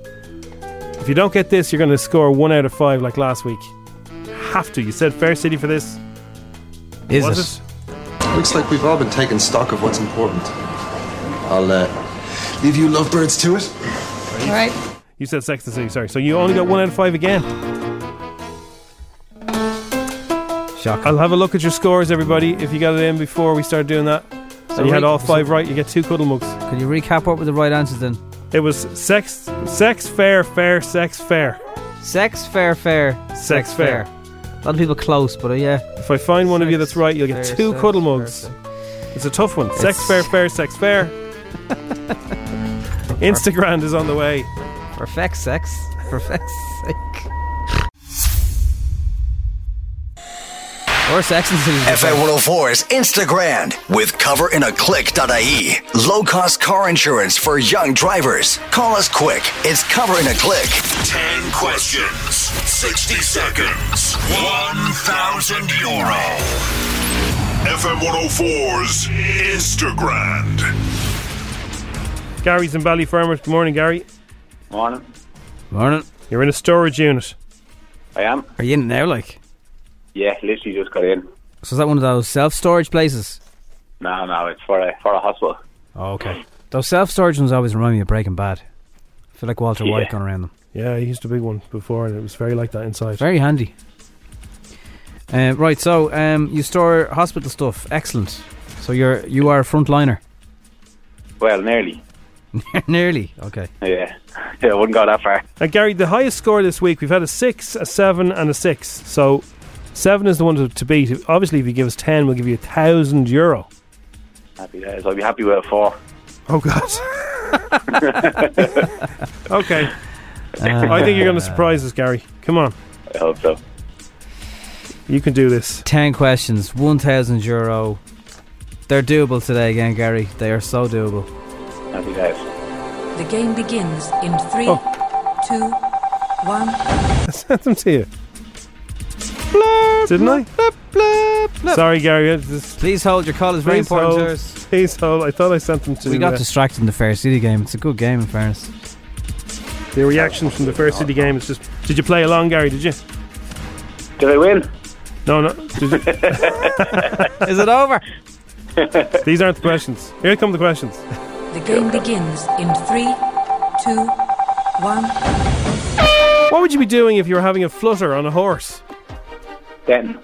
Speaker 2: If you don't get this, you're going to score one out of five like last week. Have to. You said Fair City for this.
Speaker 3: Is
Speaker 2: Was
Speaker 3: it?
Speaker 6: Looks like we've all been taking stock of what's important. I'll uh, leave you lovebirds to it.
Speaker 4: All right.
Speaker 2: You said Sex and the City, sorry. So you only got one out of five again.
Speaker 3: Shock.
Speaker 2: I'll have a look at your scores, everybody, if you got it in before we start doing that. So you had all five right, you get two cuddle mugs.
Speaker 3: Can you recap what were the right answers then?
Speaker 2: It was sex, sex fair, fair, sex fair.
Speaker 3: Sex, fair, fair.
Speaker 2: Sex fair.
Speaker 3: A lot of people close, but uh, yeah.
Speaker 2: If I find one of you that's right, you'll get
Speaker 3: Fair,
Speaker 2: two
Speaker 3: sex,
Speaker 2: cuddle
Speaker 3: fair,
Speaker 2: mugs.
Speaker 3: sex.
Speaker 2: It's a tough one. Sex
Speaker 3: It's-
Speaker 2: fair, fair, sex fair. Instagram is on the way.
Speaker 3: Perfect sex. Perfect sake. Or sex and City.
Speaker 8: FA 104's Instagram with cover in a click.ie. Low cost car insurance for young drivers. Call us quick. It's cover in a click.
Speaker 9: 10 questions, 60 seconds, 1,000 euro. FM 104's Instagram.
Speaker 2: Gary's in Ballyfermot. Good morning, Gary.
Speaker 10: Morning.
Speaker 3: Morning.
Speaker 2: You're in a storage unit.
Speaker 10: I am.
Speaker 3: Are you in it now, like?
Speaker 10: Yeah, literally just got in.
Speaker 3: So is that one of those self storage places?
Speaker 10: No, no, it's for a for a hospital.
Speaker 3: Oh, okay. Those self storage ones always remind me of Breaking Bad. I feel like Walter White
Speaker 10: Yeah.
Speaker 3: going around them.
Speaker 2: Yeah, he used a big one before, and it was very like that inside.
Speaker 3: Very handy. Uh, right, so um, you store hospital stuff. Excellent. So you're you are a frontliner.
Speaker 10: Well, nearly.
Speaker 3: Nearly. Okay.
Speaker 10: Yeah, yeah, I wouldn't go that far.
Speaker 2: And Uh, Gary, the highest score this week, we've had a six, a seven, and a six. So seven is the one to, to beat. Obviously, if you give us ten, we'll give you a thousand euro.
Speaker 10: Happy days. I'll be happy with a four.
Speaker 2: Oh God. okay. I think you're going to surprise us, Gary. Come on.
Speaker 10: I hope so.
Speaker 2: You can do this.
Speaker 3: 10 questions, 1,000 euro. They're doable today again, Gary. They are so doable.
Speaker 10: Happy days.
Speaker 11: The game begins in three, two,
Speaker 2: Oh.
Speaker 11: one.
Speaker 2: I sent them to you. Didn't I? Sorry, Gary. I just-
Speaker 3: Please hold. Your call is very
Speaker 2: Please
Speaker 3: important
Speaker 2: hold.
Speaker 3: to us.
Speaker 2: Please hold. I thought I sent them to
Speaker 3: We got
Speaker 2: uh,
Speaker 3: distracted in the Fair City game. It's a good game, in fairness.
Speaker 2: the reaction from the first city game. It's just. Did you play along, Gary? Did you?
Speaker 10: Did I win?
Speaker 2: No, no. Did you?
Speaker 3: Is it over?
Speaker 2: These aren't the questions. Here come the questions.
Speaker 11: The game begins in three, two, one.
Speaker 2: What would you be doing if you were having a flutter on a horse?
Speaker 10: Then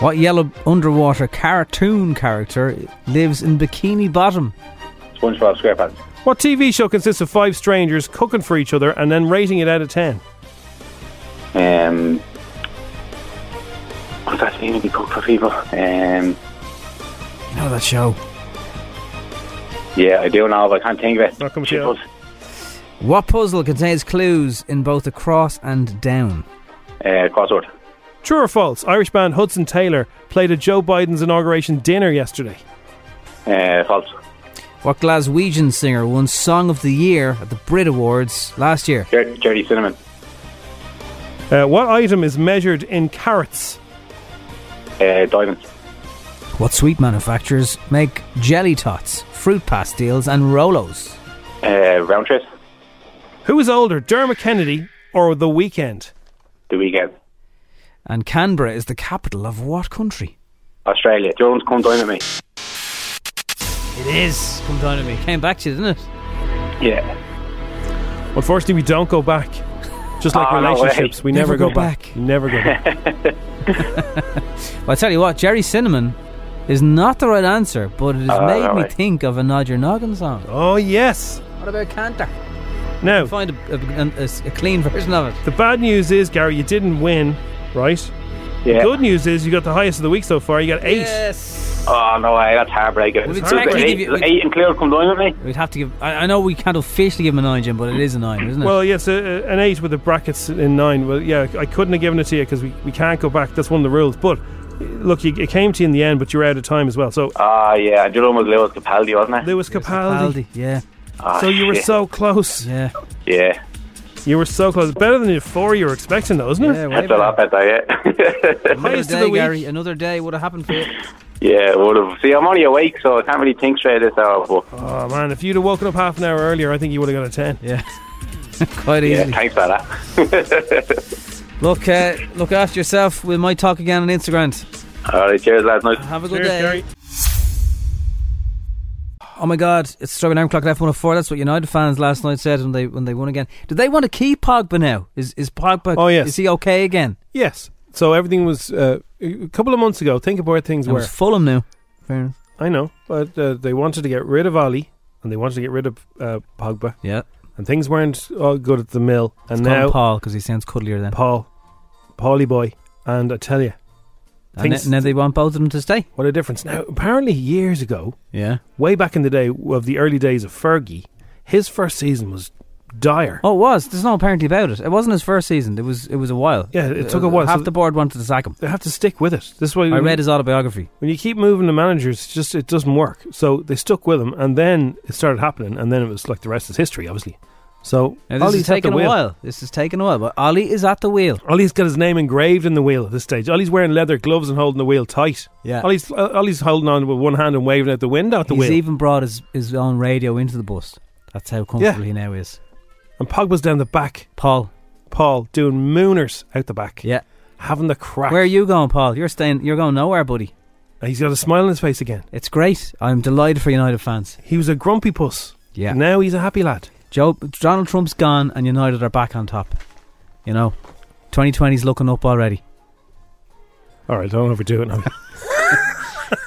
Speaker 3: What yellow underwater cartoon character lives in Bikini Bottom?
Speaker 10: SpongeBob SquarePants.
Speaker 2: What TV show consists of five strangers cooking for each other and then rating it out of 10?
Speaker 10: Um, what's that thing that we cook for people? Um,
Speaker 3: You know that show.
Speaker 10: yeah, I do now, but I can't think of it.
Speaker 2: Not coming
Speaker 10: to
Speaker 3: What puzzle contains clues in both across and down?
Speaker 10: Uh, crossword.
Speaker 2: True or false? Irish band Hudson Taylor played at Joe Biden's inauguration dinner yesterday.
Speaker 10: Uh, false.
Speaker 3: What Glaswegian singer won Song of the Year at the Brit Awards last year?
Speaker 10: Jer- Jerry Cinnamon.
Speaker 2: Uh, what item is measured in carats?
Speaker 10: Uh, diamonds.
Speaker 3: What sweet manufacturers make jelly tots, fruit pastilles, and Rolos?
Speaker 10: Uh, round trip.
Speaker 2: Who is older, Dermot Kennedy or The Weekend?
Speaker 10: The weekend.
Speaker 3: And Canberra is the capital of what country?
Speaker 10: Australia. Jones, come down at me.
Speaker 3: It is. Come down to me. Came back to you, didn't it?
Speaker 10: Yeah.
Speaker 2: Unfortunately, we don't go back. Just like
Speaker 10: Ah,
Speaker 3: Oh, no way.
Speaker 2: relationships, we never, go, back. We never go back.
Speaker 3: Well, I tell you what, Jerry Cinnamon is not the right answer, but it has
Speaker 10: Uh,
Speaker 2: Oh,
Speaker 3: made
Speaker 2: all
Speaker 3: me
Speaker 2: right.
Speaker 3: think of a Nod Your Noggin song.
Speaker 2: Oh, yes.
Speaker 3: What about Cantor?
Speaker 2: Now,
Speaker 3: find a, a- a- a clean version of it.
Speaker 2: The bad news is, Gary, you didn't win, right?
Speaker 10: Yeah.
Speaker 2: The good news is you got the highest of the week so far. You got eight.
Speaker 10: Oh, no way. That's heartbreaking.
Speaker 3: We'd
Speaker 10: Eight,
Speaker 3: technically give you-
Speaker 10: eight, eight and clear, come down at me.
Speaker 3: We'd have to give. I, I know we can't officially give him a nine, Jim, but it is a nine, isn't it?
Speaker 2: Well, yes, a, a- an eight with the brackets in nine. Well, yeah, I couldn't have given it to you because we, we can't go back. That's one of the rules. But uh, look, you, it came to you in the end, but you're out of time as well. So
Speaker 10: Ah, yeah. And your one was Lewis Capaldi, wasn't it?
Speaker 2: Lewis Capaldi.
Speaker 3: yeah.
Speaker 10: Ah,
Speaker 2: so you were
Speaker 10: shit.
Speaker 2: so close.
Speaker 3: Yeah.
Speaker 10: Yeah.
Speaker 2: You were so close. Better than the four you were expecting, though, isn't it?
Speaker 10: That's a lot better, yeah.
Speaker 3: Another
Speaker 2: highest of
Speaker 3: day,
Speaker 2: the week.
Speaker 3: Gary. Another day would have happened for you.
Speaker 10: yeah, would have. See, I'm only awake, so I can't really think straight this hour. But
Speaker 2: Oh man, if you'd have woken up half an hour earlier, I think you would have got a ten.
Speaker 3: Yeah, quite
Speaker 10: yeah,
Speaker 3: easily.
Speaker 10: thanks for that.
Speaker 3: Look, uh, look after yourself. We might talk again on Instagram.
Speaker 10: All right, cheers, lads. Nice.
Speaker 3: Have a good day. Oh my God! It's Strawberry Alarm Clock at F one hundred four. That's what United fans last night said when they when they won again. Do they want to keep Pogba now? Is is Pogba?
Speaker 2: Oh, yes.
Speaker 3: Is he okay again?
Speaker 2: Yes. So everything was uh, a couple of months ago. Think of where things
Speaker 3: It
Speaker 2: were.
Speaker 3: was Fulham now. Fair enough.
Speaker 2: I know, but uh, they wanted to get rid of Ali and they wanted to get rid of uh, Pogba.
Speaker 3: Yeah.
Speaker 2: And things weren't all good at the mill. And
Speaker 3: Let's call him
Speaker 2: now
Speaker 3: Paul because he sounds cuddlier then.
Speaker 2: Paul, Paulie boy, and I tell you,
Speaker 3: And now they want both of them to stay.
Speaker 2: What a difference! Now, apparently, years ago,
Speaker 3: Yeah.
Speaker 2: way back in the day of the early days of Fergie, his first season was dire.
Speaker 3: Oh, it was. There's no apparently about it. It wasn't his first season. It was. It was a while.
Speaker 2: Yeah, it took a
Speaker 3: Uh,
Speaker 2: while.
Speaker 3: Half
Speaker 2: So Um,
Speaker 3: the board wanted to sack him.
Speaker 2: They have to stick with it. This way,
Speaker 3: I read his autobiography.
Speaker 2: when you keep moving the managers, it's just it doesn't work. So they stuck with him, and then it started happening, and then it was like the rest is history, obviously. So
Speaker 3: Now, this
Speaker 2: Ollie's
Speaker 3: is
Speaker 2: at the
Speaker 3: taking a
Speaker 2: wheel.
Speaker 3: while. This is taking a while. But Ollie is at the wheel.
Speaker 2: Ollie's got his name engraved in the wheel at this stage. Ollie's wearing leather gloves and holding the wheel tight.
Speaker 3: Yeah.
Speaker 2: Ollie's, uh, Ollie's holding on with one hand and waving out the window at the
Speaker 3: He's
Speaker 2: wheel.
Speaker 3: even brought his, his own radio into the bus. That's how
Speaker 2: Yeah.
Speaker 3: comfortable he now is.
Speaker 2: and Pogba's down the back.
Speaker 3: Paul.
Speaker 2: Paul doing mooners out the back.
Speaker 3: Yeah.
Speaker 2: Having the crack.
Speaker 3: Where are you going, Paul? You're staying. You're going nowhere, buddy.
Speaker 2: And he's got a smile on his face again.
Speaker 3: It's great. I'm delighted for United fans.
Speaker 2: He was a grumpy puss.
Speaker 3: Yeah.
Speaker 2: Now he's a happy lad.
Speaker 3: Joe, Donald Trump's gone, and United are back on top. You know, 2020's looking up already.
Speaker 2: All right, don't overdo it now.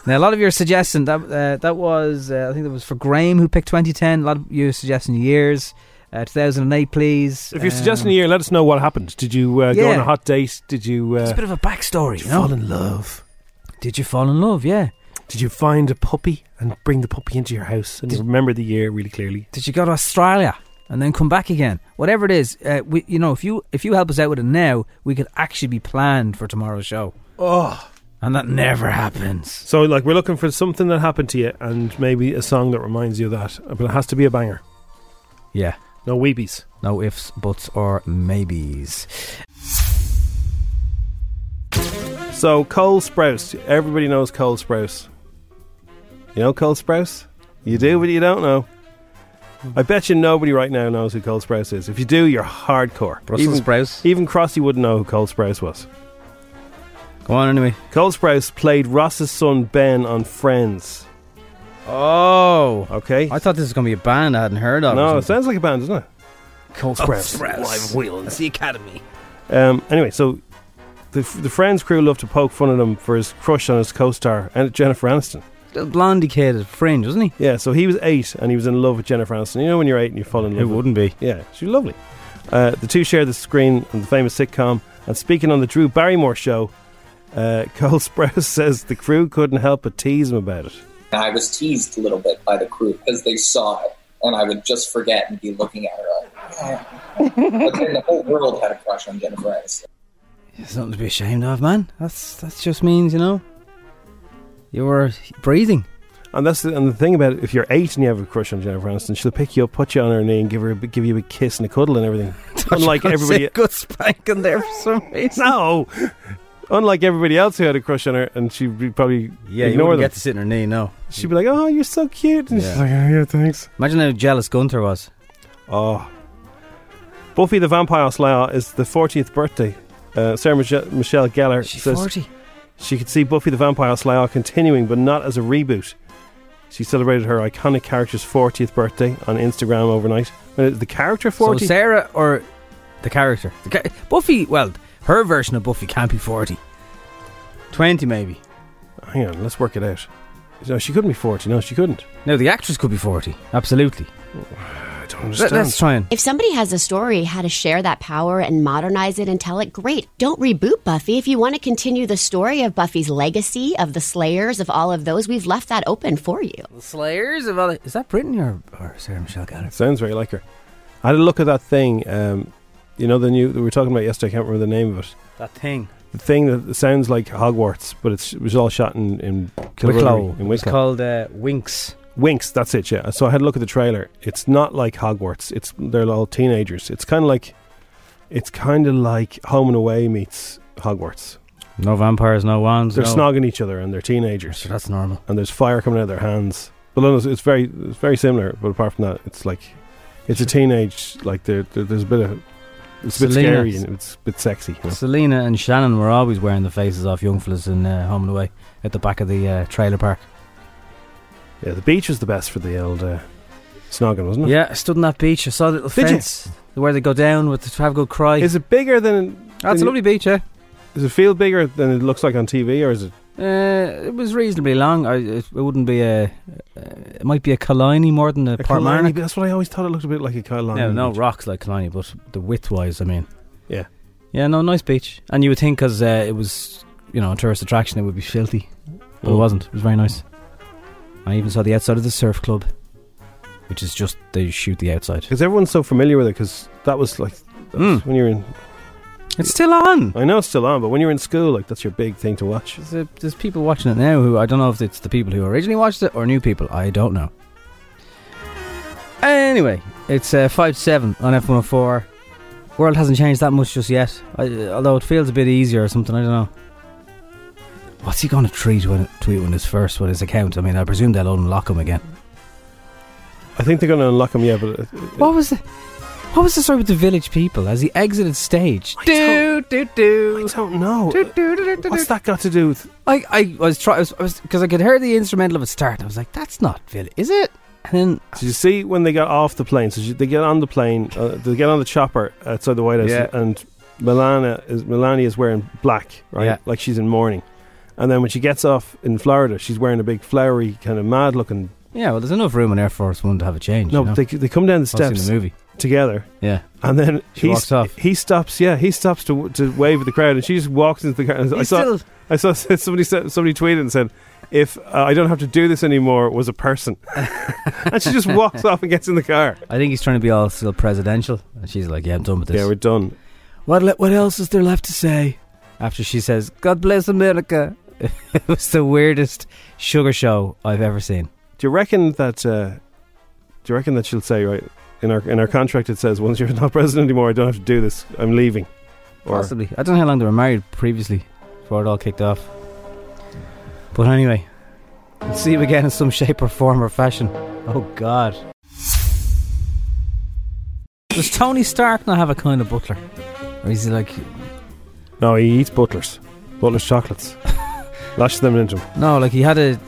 Speaker 3: Now, a lot of your suggestion that uh, that was uh, I think that was for Graham who picked 2010. A lot of you suggesting years, uh, 2008, please.
Speaker 2: if you're
Speaker 3: Um,
Speaker 2: suggesting a year, let us know what happened. Did you uh, go
Speaker 3: Yeah.
Speaker 2: on a hot date? Did you,
Speaker 3: it's
Speaker 2: uh,
Speaker 3: a bit of a backstory.
Speaker 2: did
Speaker 3: Um,
Speaker 2: you
Speaker 3: You know?
Speaker 2: fall in love?
Speaker 3: Did you fall in love? Yeah.
Speaker 2: Did you find a puppy and bring the puppy into your house and you remember the year really clearly?
Speaker 3: Did you go to Australia and then come back again? Whatever it is, uh, we, you know, if you if you help us out with it now, we could actually be planned for tomorrow's show,
Speaker 2: Oh,
Speaker 3: and that never happens.
Speaker 2: So, like, we're looking for something that happened to you and maybe a song that reminds you of that. uh, But it has to be a banger.
Speaker 3: Yeah.
Speaker 2: No weebies.
Speaker 3: No ifs, buts, or maybes.
Speaker 2: So, Cole Sprouse. Everybody knows Cole Sprouse. You know Cole Sprouse? You do, but you don't know. I bet you nobody right now knows who Cole Sprouse is. If you do, you're hardcore.
Speaker 3: Brussels
Speaker 2: even,
Speaker 3: sprouts.
Speaker 2: Even Crossy wouldn't know who Cole Sprouse was.
Speaker 3: Go on anyway.
Speaker 2: Cole Sprouse played Ross's son Ben on Friends.
Speaker 3: Oh,
Speaker 2: Okay?
Speaker 3: I thought this was gonna be a band I hadn't heard of.
Speaker 2: no, it sounds like a band, doesn't it? Cole
Speaker 3: Sprouse. Live wheel. That's the academy.
Speaker 2: Um, anyway, so The, the Friends crew love to poke fun at him for his crush on his co-star and Jennifer Aniston.
Speaker 3: The blondie kid at Fringe, wasn't he?
Speaker 2: Yeah, so he was eight and he was in love with Jennifer Aniston. You know when you're eight and you fall in love.
Speaker 3: Who
Speaker 2: with-
Speaker 3: wouldn't be?
Speaker 2: Yeah, she's lovely. Uh, the two shared the screen on the famous sitcom. And speaking on the Drew Barrymore show, uh, Cole Sprouse says the crew couldn't help but tease him about it.
Speaker 12: And I was teased a little bit by the crew because they saw it, and I would just forget and be looking at her. Like, "Yeah." but then the whole world had a crush on Jennifer Aniston.
Speaker 3: It's nothing to be ashamed of, man. That's that just means you know you were breathing.
Speaker 2: And that's the, and the thing about it, if you're eight and you have a crush on Jennifer Aniston, she'll pick you up, put you on her knee, and give her a big- give you a big kiss and a cuddle and everything. Unlike everybody,
Speaker 3: good spanking there for some reason.
Speaker 2: No, unlike everybody else who had a crush on her, and she'd be probably
Speaker 3: yeah, you
Speaker 2: ignore
Speaker 3: wouldn't
Speaker 2: them.
Speaker 3: get to sit in her knee. No,
Speaker 2: She'd be like, "Oh, you're so cute," and she's like, "Oh, yeah, thanks."
Speaker 3: Imagine how jealous Gunther was.
Speaker 2: Oh. Buffy the Vampire Slayer is the 40th birthday. Uh, Sarah Mich- Michelle Gellar says
Speaker 3: 40.
Speaker 2: she could see Buffy the Vampire Slayer continuing, but not as a reboot. She celebrated her iconic character's 40th birthday on Instagram overnight. Uh, The character 40?
Speaker 3: So Sarah or the character, the cha- Buffy. Well, her version of Buffy can't be forty. Twenty maybe.
Speaker 2: Hang on, let's work it out. No, she couldn't be 40. No, she couldn't.
Speaker 3: No, the actress could be forty. Absolutely.
Speaker 2: I don't
Speaker 3: Let, us try and.
Speaker 13: If somebody has a story, how to share that power and modernize it and tell it, great. Don't reboot Buffy. If you want to continue the story of Buffy's legacy, of the Slayers, of all of those, we've left that open for you.
Speaker 3: Slayers of all. Is that Brittany or, or Sarah Michelle Gellar?
Speaker 2: Sounds very like her. I had a look at that thing. Um, you know, the new that we were talking about yesterday. I can't remember the name of it.
Speaker 3: That thing.
Speaker 2: The thing that sounds like Hogwarts, but it's, it was all shot in in Kilruby,
Speaker 3: Wicklow.
Speaker 2: In
Speaker 3: It's
Speaker 2: Wicklow.
Speaker 3: called uh, Winks.
Speaker 2: Winks. That's it. Yeah. So I had a look at the trailer. It's not like Hogwarts. It's they're all teenagers. It's kind of like, it's kind of like Home and Away meets Hogwarts.
Speaker 3: No vampires, no wands.
Speaker 2: They're
Speaker 3: no.
Speaker 2: snogging each other and they're teenagers.
Speaker 3: that's normal.
Speaker 2: And there's fire coming out of their hands. But no, it's, it's very it's very similar. But apart from that, it's like it's a teenage like there there- there's a bit of it's a bit
Speaker 3: Selena.
Speaker 2: scary and it's a bit sexy. You know?
Speaker 3: Selena and Shannon were always wearing the faces off young fellas in uh, Home and Away at the back of the uh, trailer park.
Speaker 2: Yeah, the beach was the best for the old uh, snogging, wasn't it?
Speaker 3: Yeah, I stood on that beach. I saw the little
Speaker 2: Did you?
Speaker 3: fence where they go down with the to have a good cry.
Speaker 2: Is it bigger than?
Speaker 3: That's a
Speaker 2: than-
Speaker 3: lovely beach, yeah.
Speaker 2: Does it feel bigger than it looks like on TV, or is it?
Speaker 3: Uh, it was reasonably long. I, it, it wouldn't be a. Uh, it might be a Kalini more than a,
Speaker 2: A
Speaker 3: Portmarnock.
Speaker 2: Killarney- that's what I always thought it looked a bit like a Killarney.
Speaker 3: No, no
Speaker 2: beach.
Speaker 3: rocks like Kalani, but the width wise, I mean.
Speaker 2: Yeah.
Speaker 3: Yeah, no, nice beach. And you would think because uh, it was, you know, a tourist attraction, it would be filthy. But it
Speaker 2: Mm.
Speaker 3: wasn't. It was very nice. I even saw the outside of the surf club, which is just they shoot the outside. Mm.
Speaker 2: Because everyone's so familiar with it, because that was like that was when you're in.
Speaker 3: It's still on.
Speaker 2: I know it's still on, but when you're in school, like that's your big thing to watch.
Speaker 3: There's, a, there's people watching it now who I don't know if it's the people who originally watched it or new people. I don't know. Anyway, it's uh, 5 7 on F104. World hasn't changed that much just yet, I, although it feels a bit easier or something. I don't know. What's he going to tweet when, tweet when his first with his account? I mean, I presume they'll unlock him again.
Speaker 2: I think they're going to unlock them, yeah. But uh,
Speaker 3: What was the What was the story with the village people as he exited stage? Do do do.
Speaker 2: I don't know. What's that got to do with?
Speaker 3: I, I was trying because I, was, 'cause I could hear the instrumental of it start. I was like, "That's not village, is it?" And then
Speaker 2: Did you see when they got off the plane? So they get on the plane, uh, they get on the chopper outside the White House,
Speaker 3: Yeah.
Speaker 2: and Melania is Melania is wearing black, right?
Speaker 3: Yeah.
Speaker 2: Like she's in mourning. And then when she gets off in Florida, she's wearing a big flowery, kind of mad looking.
Speaker 3: Yeah, well, there's enough room in Air Force One to have a change.
Speaker 2: No,
Speaker 3: you know?
Speaker 2: but they they come down the
Speaker 3: I've seen
Speaker 2: steps
Speaker 3: the movie.
Speaker 2: together.
Speaker 3: Yeah,
Speaker 2: And then
Speaker 3: She
Speaker 2: he
Speaker 3: walks off.
Speaker 2: He stops. Yeah, he stops to to wave at the crowd, and she just walks into the crowd. And I
Speaker 3: He's
Speaker 2: saw.
Speaker 3: still-
Speaker 2: I saw somebody said, somebody tweeted and said, "If uh, I don't have to do this anymore," was a person, and she just walks off and gets in the car.
Speaker 3: I think he's trying to be all still presidential, and she's like, "Yeah, I'm done with this."
Speaker 2: Yeah, we're done.
Speaker 3: What le- What else is there left to say? After she says, "God bless America," it was the weirdest sugar show I've ever seen.
Speaker 2: Do you reckon that? Uh, do you reckon that she'll say right in our in our contract? It says once you're not president anymore, I don't have to do this. I'm leaving. Or-
Speaker 3: Possibly, I don't know how long they were married previously before it all kicked off. But anyway, we'll see you again in some shape or form or fashion. Oh God. Does Tony Stark not have a kind of butler? Or is he like,
Speaker 2: No, he eats butlers, butlers chocolates, lashes them into him.
Speaker 3: No, like he had a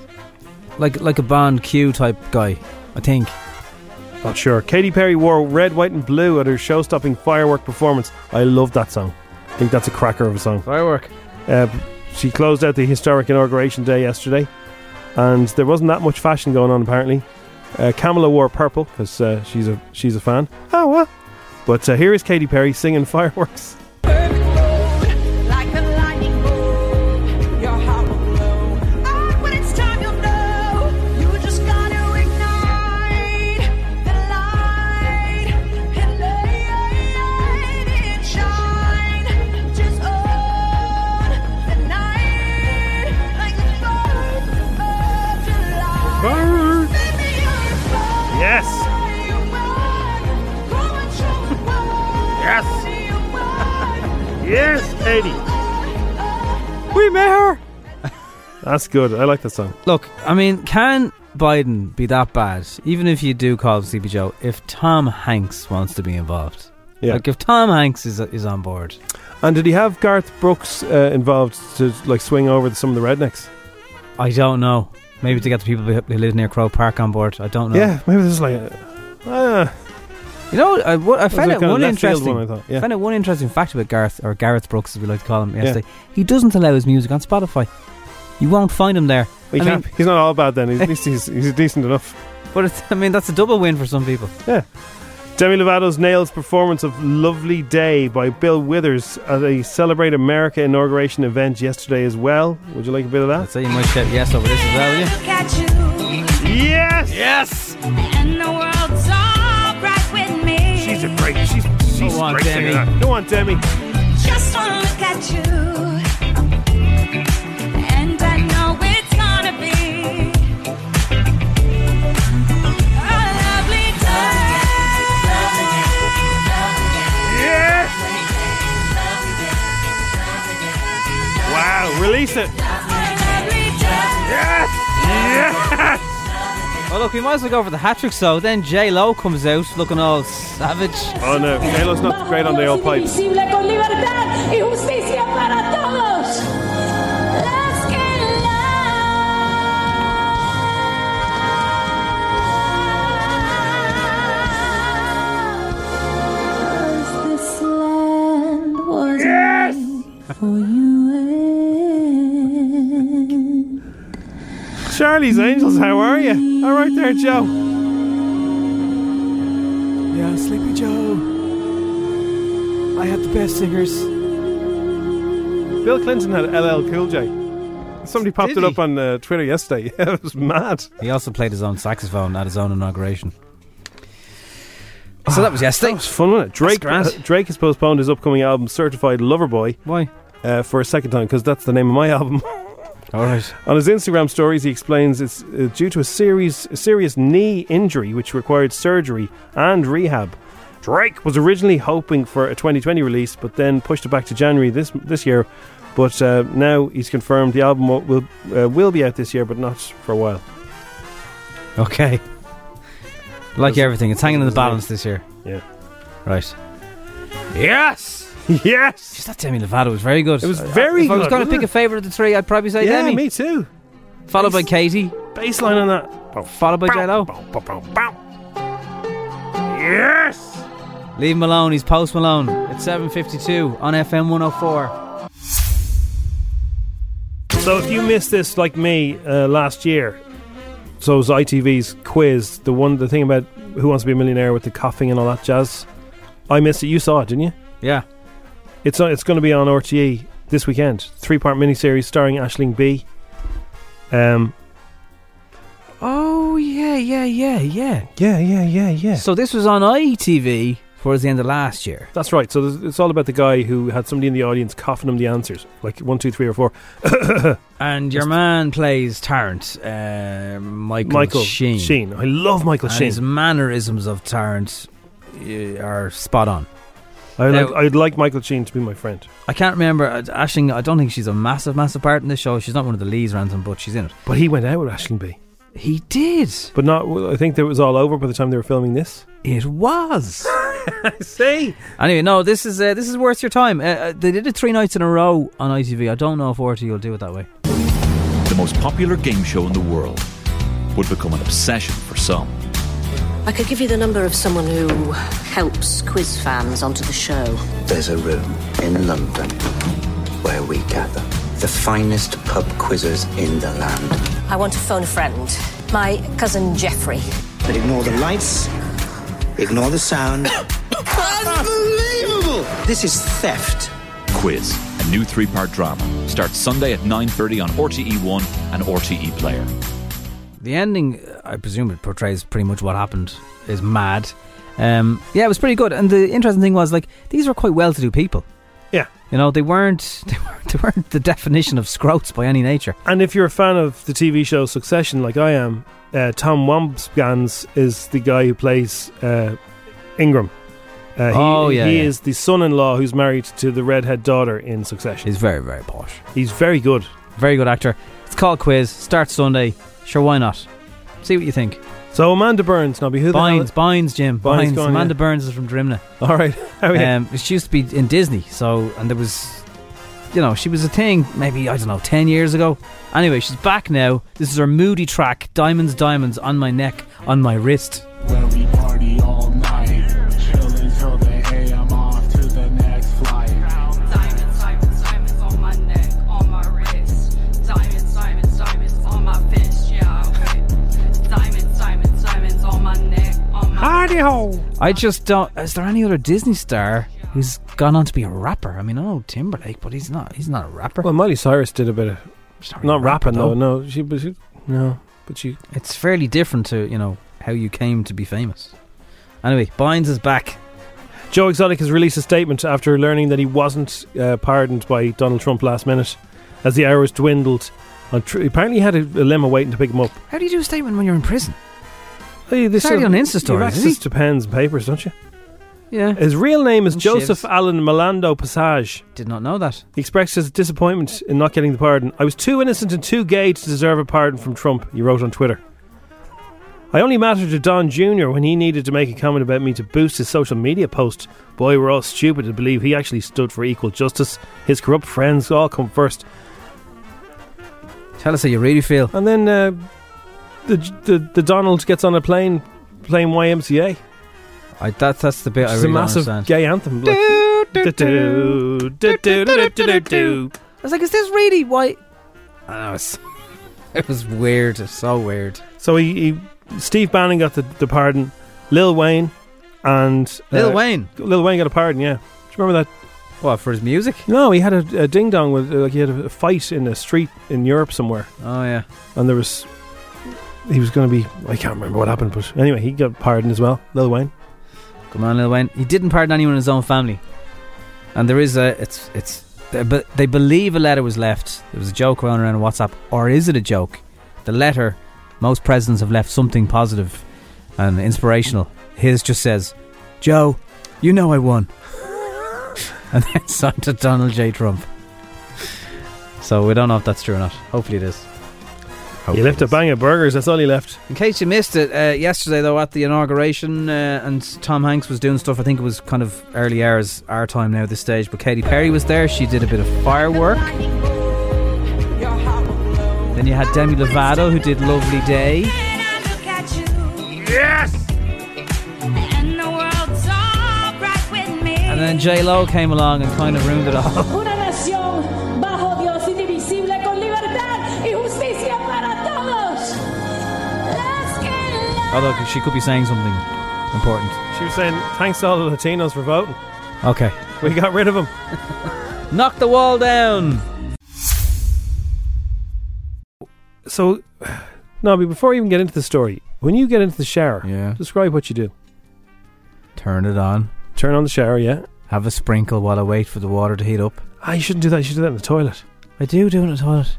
Speaker 3: like like a Bond Q type guy, I think.
Speaker 2: Not sure. Katy Perry wore red, white, and blue at her show-stopping firework performance. I love that song. I think that's a cracker of a song.
Speaker 3: Firework.
Speaker 2: Uh, she closed out the historic inauguration day yesterday, and there wasn't that much fashion going on apparently. Uh, Kamala wore purple because uh, she's a she's a fan. Oh, what? But uh, here is Katy Perry singing fireworks.
Speaker 4: Like the lightning bolt, your heart will glow. Oh, when it's time, you'll know. You just gotta ignite the light and let it shine. Just on the night, like the Fourth of July. Baby, you're a fire.
Speaker 2: Yes.
Speaker 4: You burn. Come and show the world.
Speaker 2: Yes.
Speaker 4: You burn.
Speaker 2: Yes, Katie.
Speaker 3: We met her.
Speaker 2: That's good. I like that song.
Speaker 3: Look, I mean, can Biden be that bad? Even if you do call him Sleepy Joe, if Tom Hanks wants to be involved,
Speaker 2: Yeah.
Speaker 3: Like if Tom Hanks is is on board,
Speaker 2: And did he have Garth Brooks uh, involved to like swing over some of the rednecks?
Speaker 3: I don't know. Maybe to get the people who who live near Crow Park on board. I don't know.
Speaker 2: Yeah, maybe this is like. uh, a- Ah.
Speaker 3: You know, I, what, I
Speaker 2: That was
Speaker 3: found
Speaker 2: a
Speaker 3: out
Speaker 2: kind of
Speaker 3: one
Speaker 2: left field
Speaker 3: interesting.
Speaker 2: one, I thought, yeah.
Speaker 3: found out one interesting fact about Gareth or Gareth Brooks, as we like to call him.
Speaker 2: Yeah.
Speaker 3: Yesterday, he doesn't allow his music on Spotify. You won't find him there.
Speaker 2: He
Speaker 3: I
Speaker 2: can't,
Speaker 3: mean,
Speaker 2: he's not all bad then. At least he's, he's decent enough.
Speaker 3: but it's, I mean, that's a double win for some people.
Speaker 2: Yeah. Demi Lovato's Nails performance of Lovely Day by Bill Withers at a Celebrate America inauguration event yesterday as well. Would you like a bit of that? I'd
Speaker 3: say you might shout yes over this as well, would you?
Speaker 4: Look at you.
Speaker 2: Yes.
Speaker 4: Yes. And the world's all right with me.
Speaker 2: She's a great, she's, she's
Speaker 4: Go on,
Speaker 2: great singer,
Speaker 4: Demi.
Speaker 2: that. Go on, Demi.
Speaker 4: Just wanna look at you. And I know it's gonna be a lovely day.
Speaker 2: Wow, release it.
Speaker 4: Yes.
Speaker 2: Yes.
Speaker 3: Well, look, we might as well go for the hat trick. So then J Lo comes out looking all savage.
Speaker 2: Oh no, J Lo's not great on the old pipes.
Speaker 4: Visible con libertad y justicia para todos. Let's get lost. This land was made for you and
Speaker 2: Charlie's Angels, how are you? All right there, Joe.
Speaker 14: Yeah, Sleepy Joe. I had the best singers.
Speaker 2: Bill Clinton had LL Cool J. Somebody popped
Speaker 3: Did
Speaker 2: it
Speaker 3: he?
Speaker 2: up on uh, Twitter yesterday. it was mad.
Speaker 3: He also played his own saxophone at his own inauguration.
Speaker 2: Ah,
Speaker 3: So that was yesterday. That was
Speaker 2: fun, wasn't it? Drake,
Speaker 3: grand.
Speaker 2: uh, Drake has postponed his upcoming album, Certified Lover Boy.
Speaker 3: Why?
Speaker 2: Uh, for a second time, because that's the name of my album.
Speaker 3: All right.
Speaker 2: On his Instagram stories, he explains it's uh, due to a serious, a serious knee injury which required surgery and rehab. Drake was originally hoping for a 2020 release, but then pushed it back to January this this year. But uh, now he's confirmed the album will will, uh, will be out this year, but not for a while.
Speaker 3: Okay. Like everything, it's hanging in the balance this year.
Speaker 2: Yeah.
Speaker 3: Right.
Speaker 2: Yes. Yes.
Speaker 3: Jeez, that Demi Lovato was very good.
Speaker 2: It was
Speaker 3: I-
Speaker 2: very
Speaker 3: If I was
Speaker 2: good,
Speaker 3: going to
Speaker 2: wasn't
Speaker 3: pick
Speaker 2: it?
Speaker 3: a favourite of the three, I'd probably say
Speaker 2: yeah,
Speaker 3: Demi.
Speaker 2: me too.
Speaker 3: Followed by Katie.
Speaker 2: Baseline on that.
Speaker 3: Followed by J Lo.
Speaker 2: Yes.
Speaker 3: Leave him alone. He's Post Malone. It's seven fifty-two on FM one hundred four.
Speaker 2: So if you missed this like me uh, last year, so it was ITV's quiz, the one the thing about Who Wants to Be a Millionaire with the coughing and all that jazz. I missed it. You saw it, didn't you?
Speaker 3: Yeah.
Speaker 2: It's on, it's going to be on RTE this weekend. Three part miniseries starring Ashling B. Um.
Speaker 3: Oh yeah, yeah, yeah, yeah,
Speaker 2: yeah, yeah, yeah, yeah.
Speaker 3: So this was on ITV towards the end of last year.
Speaker 2: That's right. So there's- it's all about the guy who had somebody in the audience coughing him the answers, like one, two, three, or four.
Speaker 3: And your man plays Tarrant, uh, Michael,
Speaker 2: Michael
Speaker 3: Sheen.
Speaker 2: Sheen. I love Michael
Speaker 3: And
Speaker 2: Sheen.
Speaker 3: His mannerisms of Tarrant uh, are spot on.
Speaker 2: I
Speaker 3: Now-
Speaker 2: like, I'd like Michael Sheen to be my friend.
Speaker 3: I can't remember. uh, Ashling, I don't think she's a massive, massive part in this show. She's not one of the leads or anything, but she's in it.
Speaker 2: But he went out with Ashling B.
Speaker 3: He did.
Speaker 2: But not. well, I think that it was all over by the time they were filming this.
Speaker 3: It was.
Speaker 2: See.
Speaker 3: Anyway, no, this is uh, this is worth your time. Uh, Uh, they did it three nights in a row on ITV. I don't know if RT will do it that way.
Speaker 15: The most popular game show in the world would become an obsession for some.
Speaker 11: I could give you the number of someone who helps quiz fans onto the show.
Speaker 1: There's a room in London where we gather the finest pub quizzers in the land.
Speaker 11: I want to phone a friend. My cousin Jeffrey.
Speaker 1: But ignore the lights, ignore the sound. Unbelievable! This is theft.
Speaker 16: Quiz, a new three-part drama, starts Sunday at 9:30 on RTE One and RTE Player.
Speaker 3: The ending, uh, I presume, it portrays pretty much what happened. Is mad. Um, yeah, it was pretty good. And the interesting thing was, like, these were quite well-to-do people.
Speaker 2: Yeah.
Speaker 3: You know, they weren't they weren't, they weren't the definition of scroats by any nature.
Speaker 2: And if you're a fan of the TV show Succession, like I am, uh, Tom Wambsgans is the guy who plays uh, Ingram. Uh, he,
Speaker 3: Oh, yeah,
Speaker 2: He
Speaker 3: yeah.
Speaker 2: is the son-in-law who's married to the redhead daughter in Succession.
Speaker 3: He's very, very posh.
Speaker 2: He's very good.
Speaker 3: Very good actor. It's called Quiz. Starts Sunday. Sure, why not? See what you think.
Speaker 2: So Amanda Burns, now be who the hell-
Speaker 3: Bynes, Bynes, Jim.
Speaker 2: Bynes
Speaker 3: Bynes.
Speaker 2: gone,
Speaker 3: Amanda
Speaker 2: yeah. Oh,
Speaker 3: Burns is from Drimna.
Speaker 2: All right. How are you?
Speaker 3: Um, she used to be in Disney, so and there was, you know, she was a thing maybe I don't know ten years ago. Anyway, she's back now. This is her moody track, "Diamonds, Diamonds on My Neck, on My Wrist."
Speaker 15: where we party all night. Chill until the AM off to the next flight.
Speaker 4: Diamonds, diamonds, diamonds on my neck, on my wrist. Diamonds, diamonds, diamonds on my fist, yeah. I win. Diamonds, diamonds, diamonds on my neck, on my
Speaker 2: Hardy ho!
Speaker 3: I just don't. Is there any other Disney star who's gone on to be a rapper? I mean, I know Timberlake, but he's not. He's not a rapper.
Speaker 2: Well, Miley Cyrus did a bit of not rapping though. No, she but she no, but she
Speaker 3: It's fairly different to you know how you came to be famous. Anyway, Bynes is back.
Speaker 2: Joe Exotic has released a statement after learning that he wasn't uh, pardoned by Donald Trump last minute as the hours dwindled. On tr- apparently, he had a, a limo waiting to pick him up.
Speaker 3: How do you do a statement when you're in prison?
Speaker 2: Hey,
Speaker 3: It's
Speaker 2: sort
Speaker 3: already
Speaker 2: of-
Speaker 3: on Insta
Speaker 2: You have
Speaker 3: stories, isn't
Speaker 2: access
Speaker 3: he?
Speaker 2: to pens and papers, don't you? Oh,
Speaker 3: Yeah.
Speaker 2: His real name is
Speaker 3: And
Speaker 2: Joseph
Speaker 3: shivs.
Speaker 2: Allen Milando Passage.
Speaker 3: Did not know that.
Speaker 2: He expressed his disappointment in not getting the pardon. I was too innocent and too gay to deserve a pardon from Trump, he wrote on Twitter. I only mattered to Don Jr. when he needed to make a comment about me to boost his social media post. Boy, we're all stupid to believe he actually stood for equal justice. His corrupt friends all come first.
Speaker 3: Tell us how you really feel.
Speaker 2: And then uh, the, the the Donald gets on a plane playing YMCA.
Speaker 3: I, that's that's the bit I
Speaker 2: It's
Speaker 3: really
Speaker 2: a
Speaker 3: don't
Speaker 2: massive
Speaker 3: understand.
Speaker 2: gay anthem. Like, du-du, du-du, du-du-du-du.
Speaker 3: I was like, is this really why? I don't know. It's, it was weird. It's so weird.
Speaker 2: So he, he Steve Bannon got the, the pardon. Lil Wayne and uh,
Speaker 3: Lil Wayne?
Speaker 2: Lil Wayne got a pardon. Yeah, do you remember that?
Speaker 3: What for his music?
Speaker 2: No, he had a, a ding dong with uh, like he had a fight in a street in Europe somewhere.
Speaker 3: Oh yeah.
Speaker 2: and there was he was going to be I can't remember what happened, but anyway, he got pardoned as well. Lil Wayne.
Speaker 3: Come on, Lil Wayne. He didn't pardon anyone in his own family, and there is a. It's it's. But they believe a letter was left. There was a joke going around on WhatsApp, or is it a joke? The letter. Most presidents have left something positive and inspirational. His just says, "Joe, you know I won," and then signed to Donald J. Trump. So we don't know if that's true or not. Hopefully it is.
Speaker 2: he left a bang of burgers. That's all he left.
Speaker 3: In case you missed it, uh, yesterday though at the inauguration, uh, and Tom Hanks was doing stuff. I think it was kind of early hours, our time now at this stage. But Katy Perry was there. She did a bit of firework. Then you had Demi Lovato who did "Lovely Day."
Speaker 4: Yes! And the world's all right with me.
Speaker 3: And then J Lo came along and kind of ruined it all.
Speaker 17: Una nación bajo Dios indivisible con libertad y justicia para todos.
Speaker 3: Although she could be saying something important.
Speaker 2: She was saying thanks to all the Latinos for voting.
Speaker 3: Okay.
Speaker 2: We got rid of them.
Speaker 3: Knock the wall down.
Speaker 2: So, Nobby, before you even get into the story, when you get into the shower, yeah. describe what you do.
Speaker 3: Turn it on.
Speaker 2: Turn on the shower. Yeah.
Speaker 3: Have a sprinkle while I wait for the water to heat up.
Speaker 2: Ah, you shouldn't do that. You should do that in the toilet.
Speaker 3: I do do it in the toilet.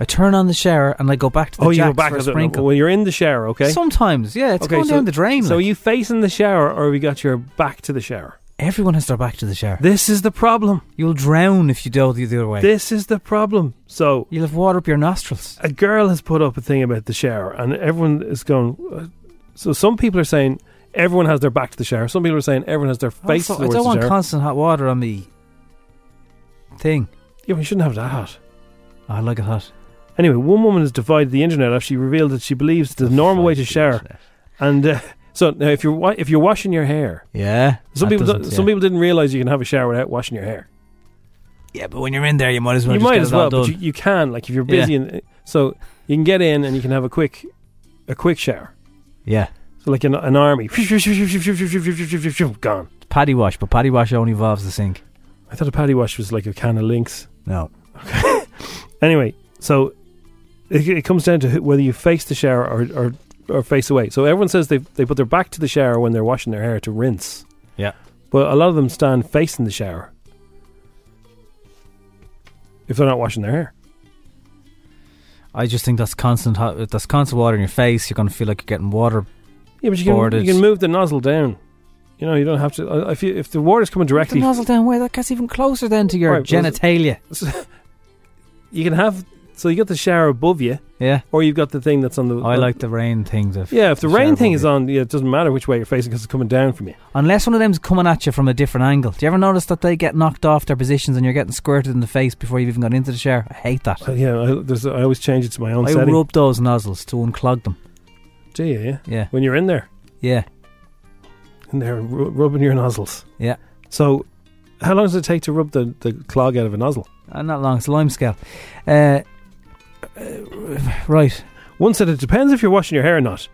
Speaker 3: I turn on the shower and I go back to the
Speaker 2: oh, you go
Speaker 3: jacks
Speaker 2: back
Speaker 3: for a
Speaker 2: to the-
Speaker 3: sprinkle.
Speaker 2: When you're in the shower, okay?
Speaker 3: Sometimes, yeah, it's going
Speaker 2: so,
Speaker 3: down the drain.
Speaker 2: So
Speaker 3: like.
Speaker 2: are you facing the shower, or have you got your back to the shower?
Speaker 3: everyone has their back to the shower.
Speaker 2: This is the problem.
Speaker 3: You'll drown if you do the other way.
Speaker 2: This is the problem. So
Speaker 3: you'll have water up your nostrils.
Speaker 2: A girl has put up a thing about the shower, and everyone is going. uh, So some people are saying everyone has their back to the shower. Some people are saying everyone has their face
Speaker 3: Also, Oh, I
Speaker 2: towards
Speaker 3: don't want
Speaker 2: the shower.
Speaker 3: constant hot water on me. Thing.
Speaker 2: yeah, we shouldn't have that hot.
Speaker 3: I like it hot.
Speaker 2: Anyway, one woman has divided the internet. After she revealed that she believes the normal way to shower, and uh, So now, if you're wa- if you're washing your hair,
Speaker 3: Yeah,
Speaker 2: some
Speaker 3: that
Speaker 2: people
Speaker 3: doesn't-
Speaker 2: don't- some
Speaker 3: yeah.
Speaker 2: people didn't realize you can have a shower without washing your hair.
Speaker 3: Yeah, but when you're in there, you might as well.
Speaker 2: you
Speaker 3: just
Speaker 2: might
Speaker 3: get
Speaker 2: as
Speaker 3: it all
Speaker 2: well, but
Speaker 3: done.
Speaker 2: you, you can like if you're busy,
Speaker 3: Yeah.
Speaker 2: and uh, so you can get in and you can have a quick a quick shower.
Speaker 3: yeah,
Speaker 2: So like an, an army, gone.
Speaker 3: paddy wash, but paddy wash only involves the sink.
Speaker 2: I thought a paddy wash was like a can of links.
Speaker 3: No.
Speaker 2: Okay. anyway, so it, it comes down to who- whether you face the shower or, or, or face away. So everyone says they they put their back to the shower when they're washing their hair to rinse.
Speaker 3: Yeah.
Speaker 2: But a lot of them stand facing the shower if they're not washing their hair.
Speaker 3: I just think that's constant. Hot, that's constant water in your face. You're gonna feel like you're getting water.
Speaker 2: Yeah, but you can
Speaker 3: boarded.
Speaker 2: you can move the nozzle down. You know, you don't have to. uh, If you, if the water's coming
Speaker 3: the
Speaker 2: directly,
Speaker 3: nozzle down. Where that gets even closer then to your
Speaker 2: Right, well,
Speaker 3: genitalia.
Speaker 2: you can have. So you got the shower above you,
Speaker 3: Yeah,
Speaker 2: or you've got the thing that's on the.
Speaker 3: I like the rain things. If
Speaker 2: Yeah, if the rain
Speaker 3: shower
Speaker 2: thing
Speaker 3: above
Speaker 2: is on, yeah, it doesn't matter which way you're facing because it's coming down from you.
Speaker 3: Unless one of them's coming at you from a different angle. Do you ever notice that they get knocked off their positions and you're getting squirted in the face before you've even got into the shower? I hate that.
Speaker 2: Uh, yeah, I, there's, I always change it to my own
Speaker 3: I
Speaker 2: setting.
Speaker 3: rub those nozzles to unclog them.
Speaker 2: Do you? Yeah.
Speaker 3: Yeah.
Speaker 2: When you're in there,
Speaker 3: Yeah.
Speaker 2: in there, ru- rubbing your nozzles.
Speaker 3: Yeah.
Speaker 2: So, how long does it take to rub the, the clog out of a nozzle?
Speaker 3: Uh, not long, it's a lime scale. Uh, right.
Speaker 2: One said it depends if you're washing your hair or not.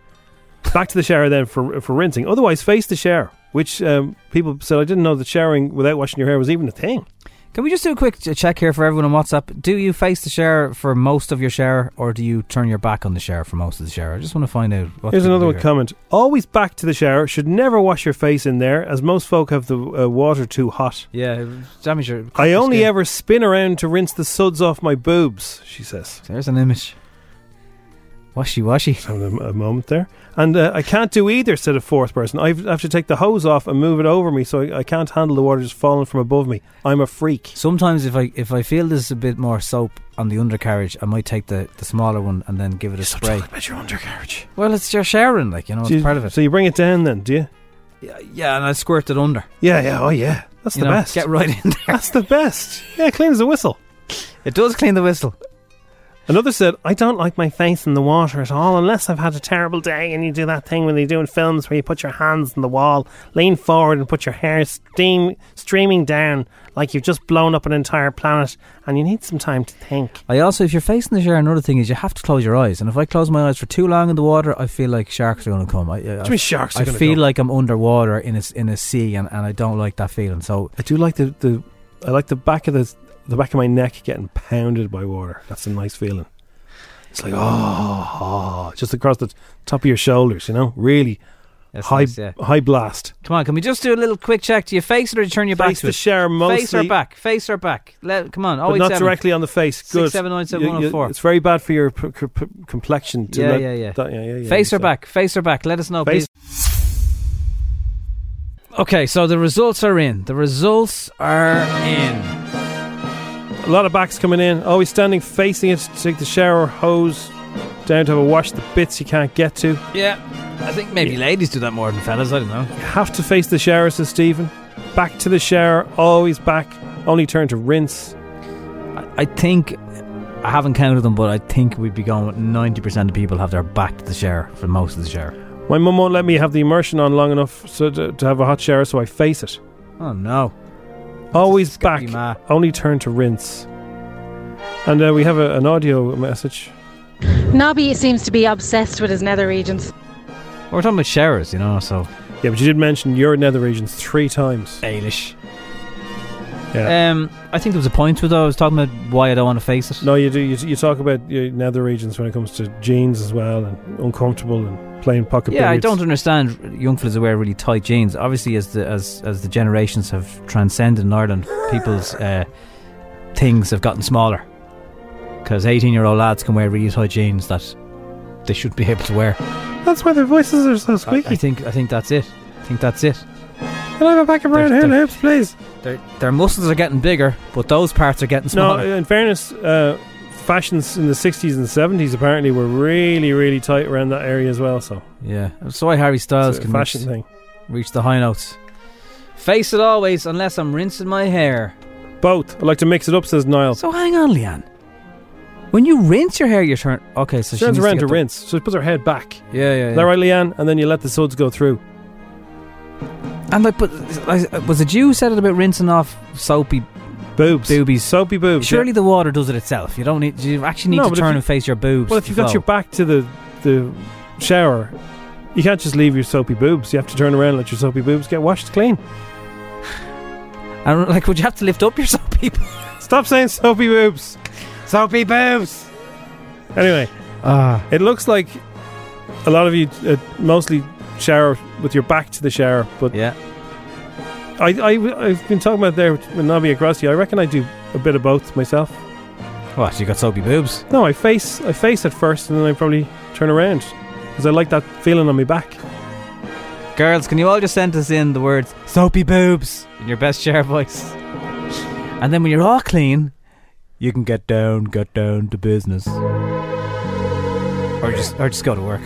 Speaker 2: Back to the shower then for for rinsing. Otherwise, face the shower. Which um, people said I didn't know that showering without washing your hair was even a thing.
Speaker 3: Can we just do a quick ch- check here for everyone on WhatsApp? Do you face the shower for most of your shower or do you turn your back on the shower for most of the shower? I just want to find out. What
Speaker 2: Here's
Speaker 3: people
Speaker 2: another
Speaker 3: do
Speaker 2: one
Speaker 3: here.
Speaker 2: comment. Always back to the shower. Should never wash your face in there, as most folk have the uh, water too hot.
Speaker 3: Yeah, damage your.
Speaker 2: I only
Speaker 3: skin.
Speaker 2: ever spin around to rinse the suds off my boobs, she says.
Speaker 3: There's an image. Washy washy.
Speaker 2: Having a, a moment there. And uh, I can't do either, said a fourth person. I've, I have to take the hose off and move it over me so I, I can't handle the water just falling from above me. I'm a freak.
Speaker 3: Sometimes if I if I feel there's a bit more soap on the undercarriage, I might take the, the smaller one and then give it a spray.
Speaker 2: about your undercarriage.
Speaker 3: Well, it's your showering, like you know,
Speaker 2: Do you-
Speaker 3: it's part of it.
Speaker 2: So you bring it down then, do you?
Speaker 3: Yeah, and I squirt it under.
Speaker 2: Yeah, yeah, oh yeah. That's
Speaker 3: You
Speaker 2: the
Speaker 3: know,
Speaker 2: best.
Speaker 3: Get right in there.
Speaker 2: That's the best. Yeah, clean as a whistle.
Speaker 3: It does clean the whistle.
Speaker 2: Another said, I don't like my face in the water at all unless I've had a terrible day and you do that thing when they do in films where you put your hands in the wall, lean forward and put your hair steam streaming down like you've just blown up an entire planet and you need some time to think.
Speaker 3: I also, if you're facing the shower, another thing is you have to close your eyes. And if I close my eyes for too long in the water, I feel like sharks are going to come. I, I,
Speaker 2: mean sharks are
Speaker 3: I
Speaker 2: gonna
Speaker 3: feel
Speaker 2: come?
Speaker 3: like I'm underwater in a s- in a sea, and, and I don't like that feeling. So
Speaker 2: I do like the, the I like the back of the the back of my neck getting pounded by water. That's a nice feeling. It's like oh, oh just across the top of your shoulders, you know? Really
Speaker 3: That's
Speaker 2: high
Speaker 3: nice, yeah.
Speaker 2: high blast.
Speaker 3: come on, can we just do a little quick check? Do you face it or do you turn your back
Speaker 2: Face
Speaker 3: to
Speaker 2: the
Speaker 3: it?
Speaker 2: shower
Speaker 3: Face or
Speaker 2: mostly.
Speaker 3: back? Face or back? Let, come on,
Speaker 2: but not
Speaker 3: 087.
Speaker 2: directly on the face.
Speaker 3: Six,
Speaker 2: Good.
Speaker 3: seven, nine, seven,
Speaker 2: You-
Speaker 3: one, oh
Speaker 2: you-
Speaker 3: four.
Speaker 2: It's very bad for your p- c- p- complexion. To
Speaker 3: Yeah,
Speaker 2: let-
Speaker 3: yeah, yeah.
Speaker 2: that- yeah, yeah, yeah,
Speaker 3: Face or
Speaker 2: so-
Speaker 3: back? Face or back? Let us know,
Speaker 2: Face-
Speaker 3: please. Okay, so the results are in. The results are in.
Speaker 2: A lot of backs coming in. Always standing facing it. Take the shower hose down to have a wash. The bits you can't get to.
Speaker 3: Yeah, I think maybe ladies do that more than fellas. I don't know.
Speaker 2: Have to face the shower, says Stephen. Back to the shower. Always back. Only turn to rinse.
Speaker 3: I think I haven't counted them, but I think we'd be going with ninety percent of people have their back to the shower for most of the shower.
Speaker 2: My mum won't let me have the immersion on long enough so to, to have a hot shower, so I face it.
Speaker 3: Oh no!
Speaker 2: Always back. Only turn to rinse. And uh, we have a, an audio message.
Speaker 18: Nobby seems to be obsessed with his nether regions.
Speaker 3: We're talking about showers, you know. So
Speaker 2: Yeah, but you did mention your nether regions three times.
Speaker 3: Ailish.
Speaker 2: Yeah.
Speaker 3: um, I think there was a point to it. Though. I was talking about why I don't want to face it.
Speaker 2: No, you do. You, you talk about your nether regions when it comes to jeans as well, and uncomfortable and playing pocket.
Speaker 3: Yeah, I
Speaker 2: billiards.
Speaker 3: don't understand young fellas who wear really tight jeans. Obviously, as the as as the generations have transcended in Ireland, people's uh, things have gotten smaller because eighteen year old lads can wear really tight jeans that they should be able to wear.
Speaker 2: That's why their voices are so
Speaker 3: I,
Speaker 2: squeaky.
Speaker 3: I think I think that's it. I think that's it.
Speaker 2: Can I have a pack of brown
Speaker 3: They're-
Speaker 2: hair and
Speaker 3: they're-
Speaker 2: hips, please?
Speaker 3: Their their muscles are getting bigger, but those parts are getting
Speaker 2: No,
Speaker 3: smaller.
Speaker 2: in fairness, uh, fashions in the '60s and '70s apparently were really, really tight around that area as well. So
Speaker 3: yeah, that's why Harry Styles
Speaker 2: It's a
Speaker 3: can
Speaker 2: fashion
Speaker 3: reach,
Speaker 2: thing.
Speaker 3: reach the high notes. Face it always, unless I'm rinsing my hair.
Speaker 2: Oh. both. I like to mix it up, says Niall.
Speaker 3: So hang on, Leanne. When you rinse your hair, you turn. Okay, so
Speaker 2: She
Speaker 3: she
Speaker 2: turns
Speaker 3: needs
Speaker 2: around
Speaker 3: to,
Speaker 2: to,
Speaker 3: get the-
Speaker 2: rinse, so she puts her head back.
Speaker 3: Yeah, yeah,
Speaker 2: Is
Speaker 3: yeah.
Speaker 2: that right, Leanne? And then you let the suds go through.
Speaker 3: And like, but like, uh, was it you said it about rinsing off soapy
Speaker 2: boobs?
Speaker 3: Boobies.
Speaker 2: Soapy boobs.
Speaker 3: Surely the water does it itself. You don't need. You actually need
Speaker 2: No,
Speaker 3: to
Speaker 2: but if
Speaker 3: turn
Speaker 2: you-
Speaker 3: and face your boobs.
Speaker 2: Well, if
Speaker 3: to
Speaker 2: you've got
Speaker 3: flow.
Speaker 2: your back to the the shower, you can't just leave your soapy boobs. You have to turn around and let your soapy boobs get washed clean.
Speaker 3: And like, would you have to lift up your soapy?
Speaker 2: Stop saying soapy boobs. Soapy boobs. Anyway, it looks like a lot of you uh, mostly shower with your back to the shower, but
Speaker 3: yeah.
Speaker 2: I, I I've been talking about there with Navi across you. I reckon I do a bit of both myself.
Speaker 3: What? You got soapy boobs?
Speaker 2: No, I face I face it first, and then I probably turn around because I like that feeling on my back.
Speaker 3: Girls, can you all just send us in the words soapy boobs in your best share voice? And then when you're all clean, you can get down, get down to business. Or just or just go to work.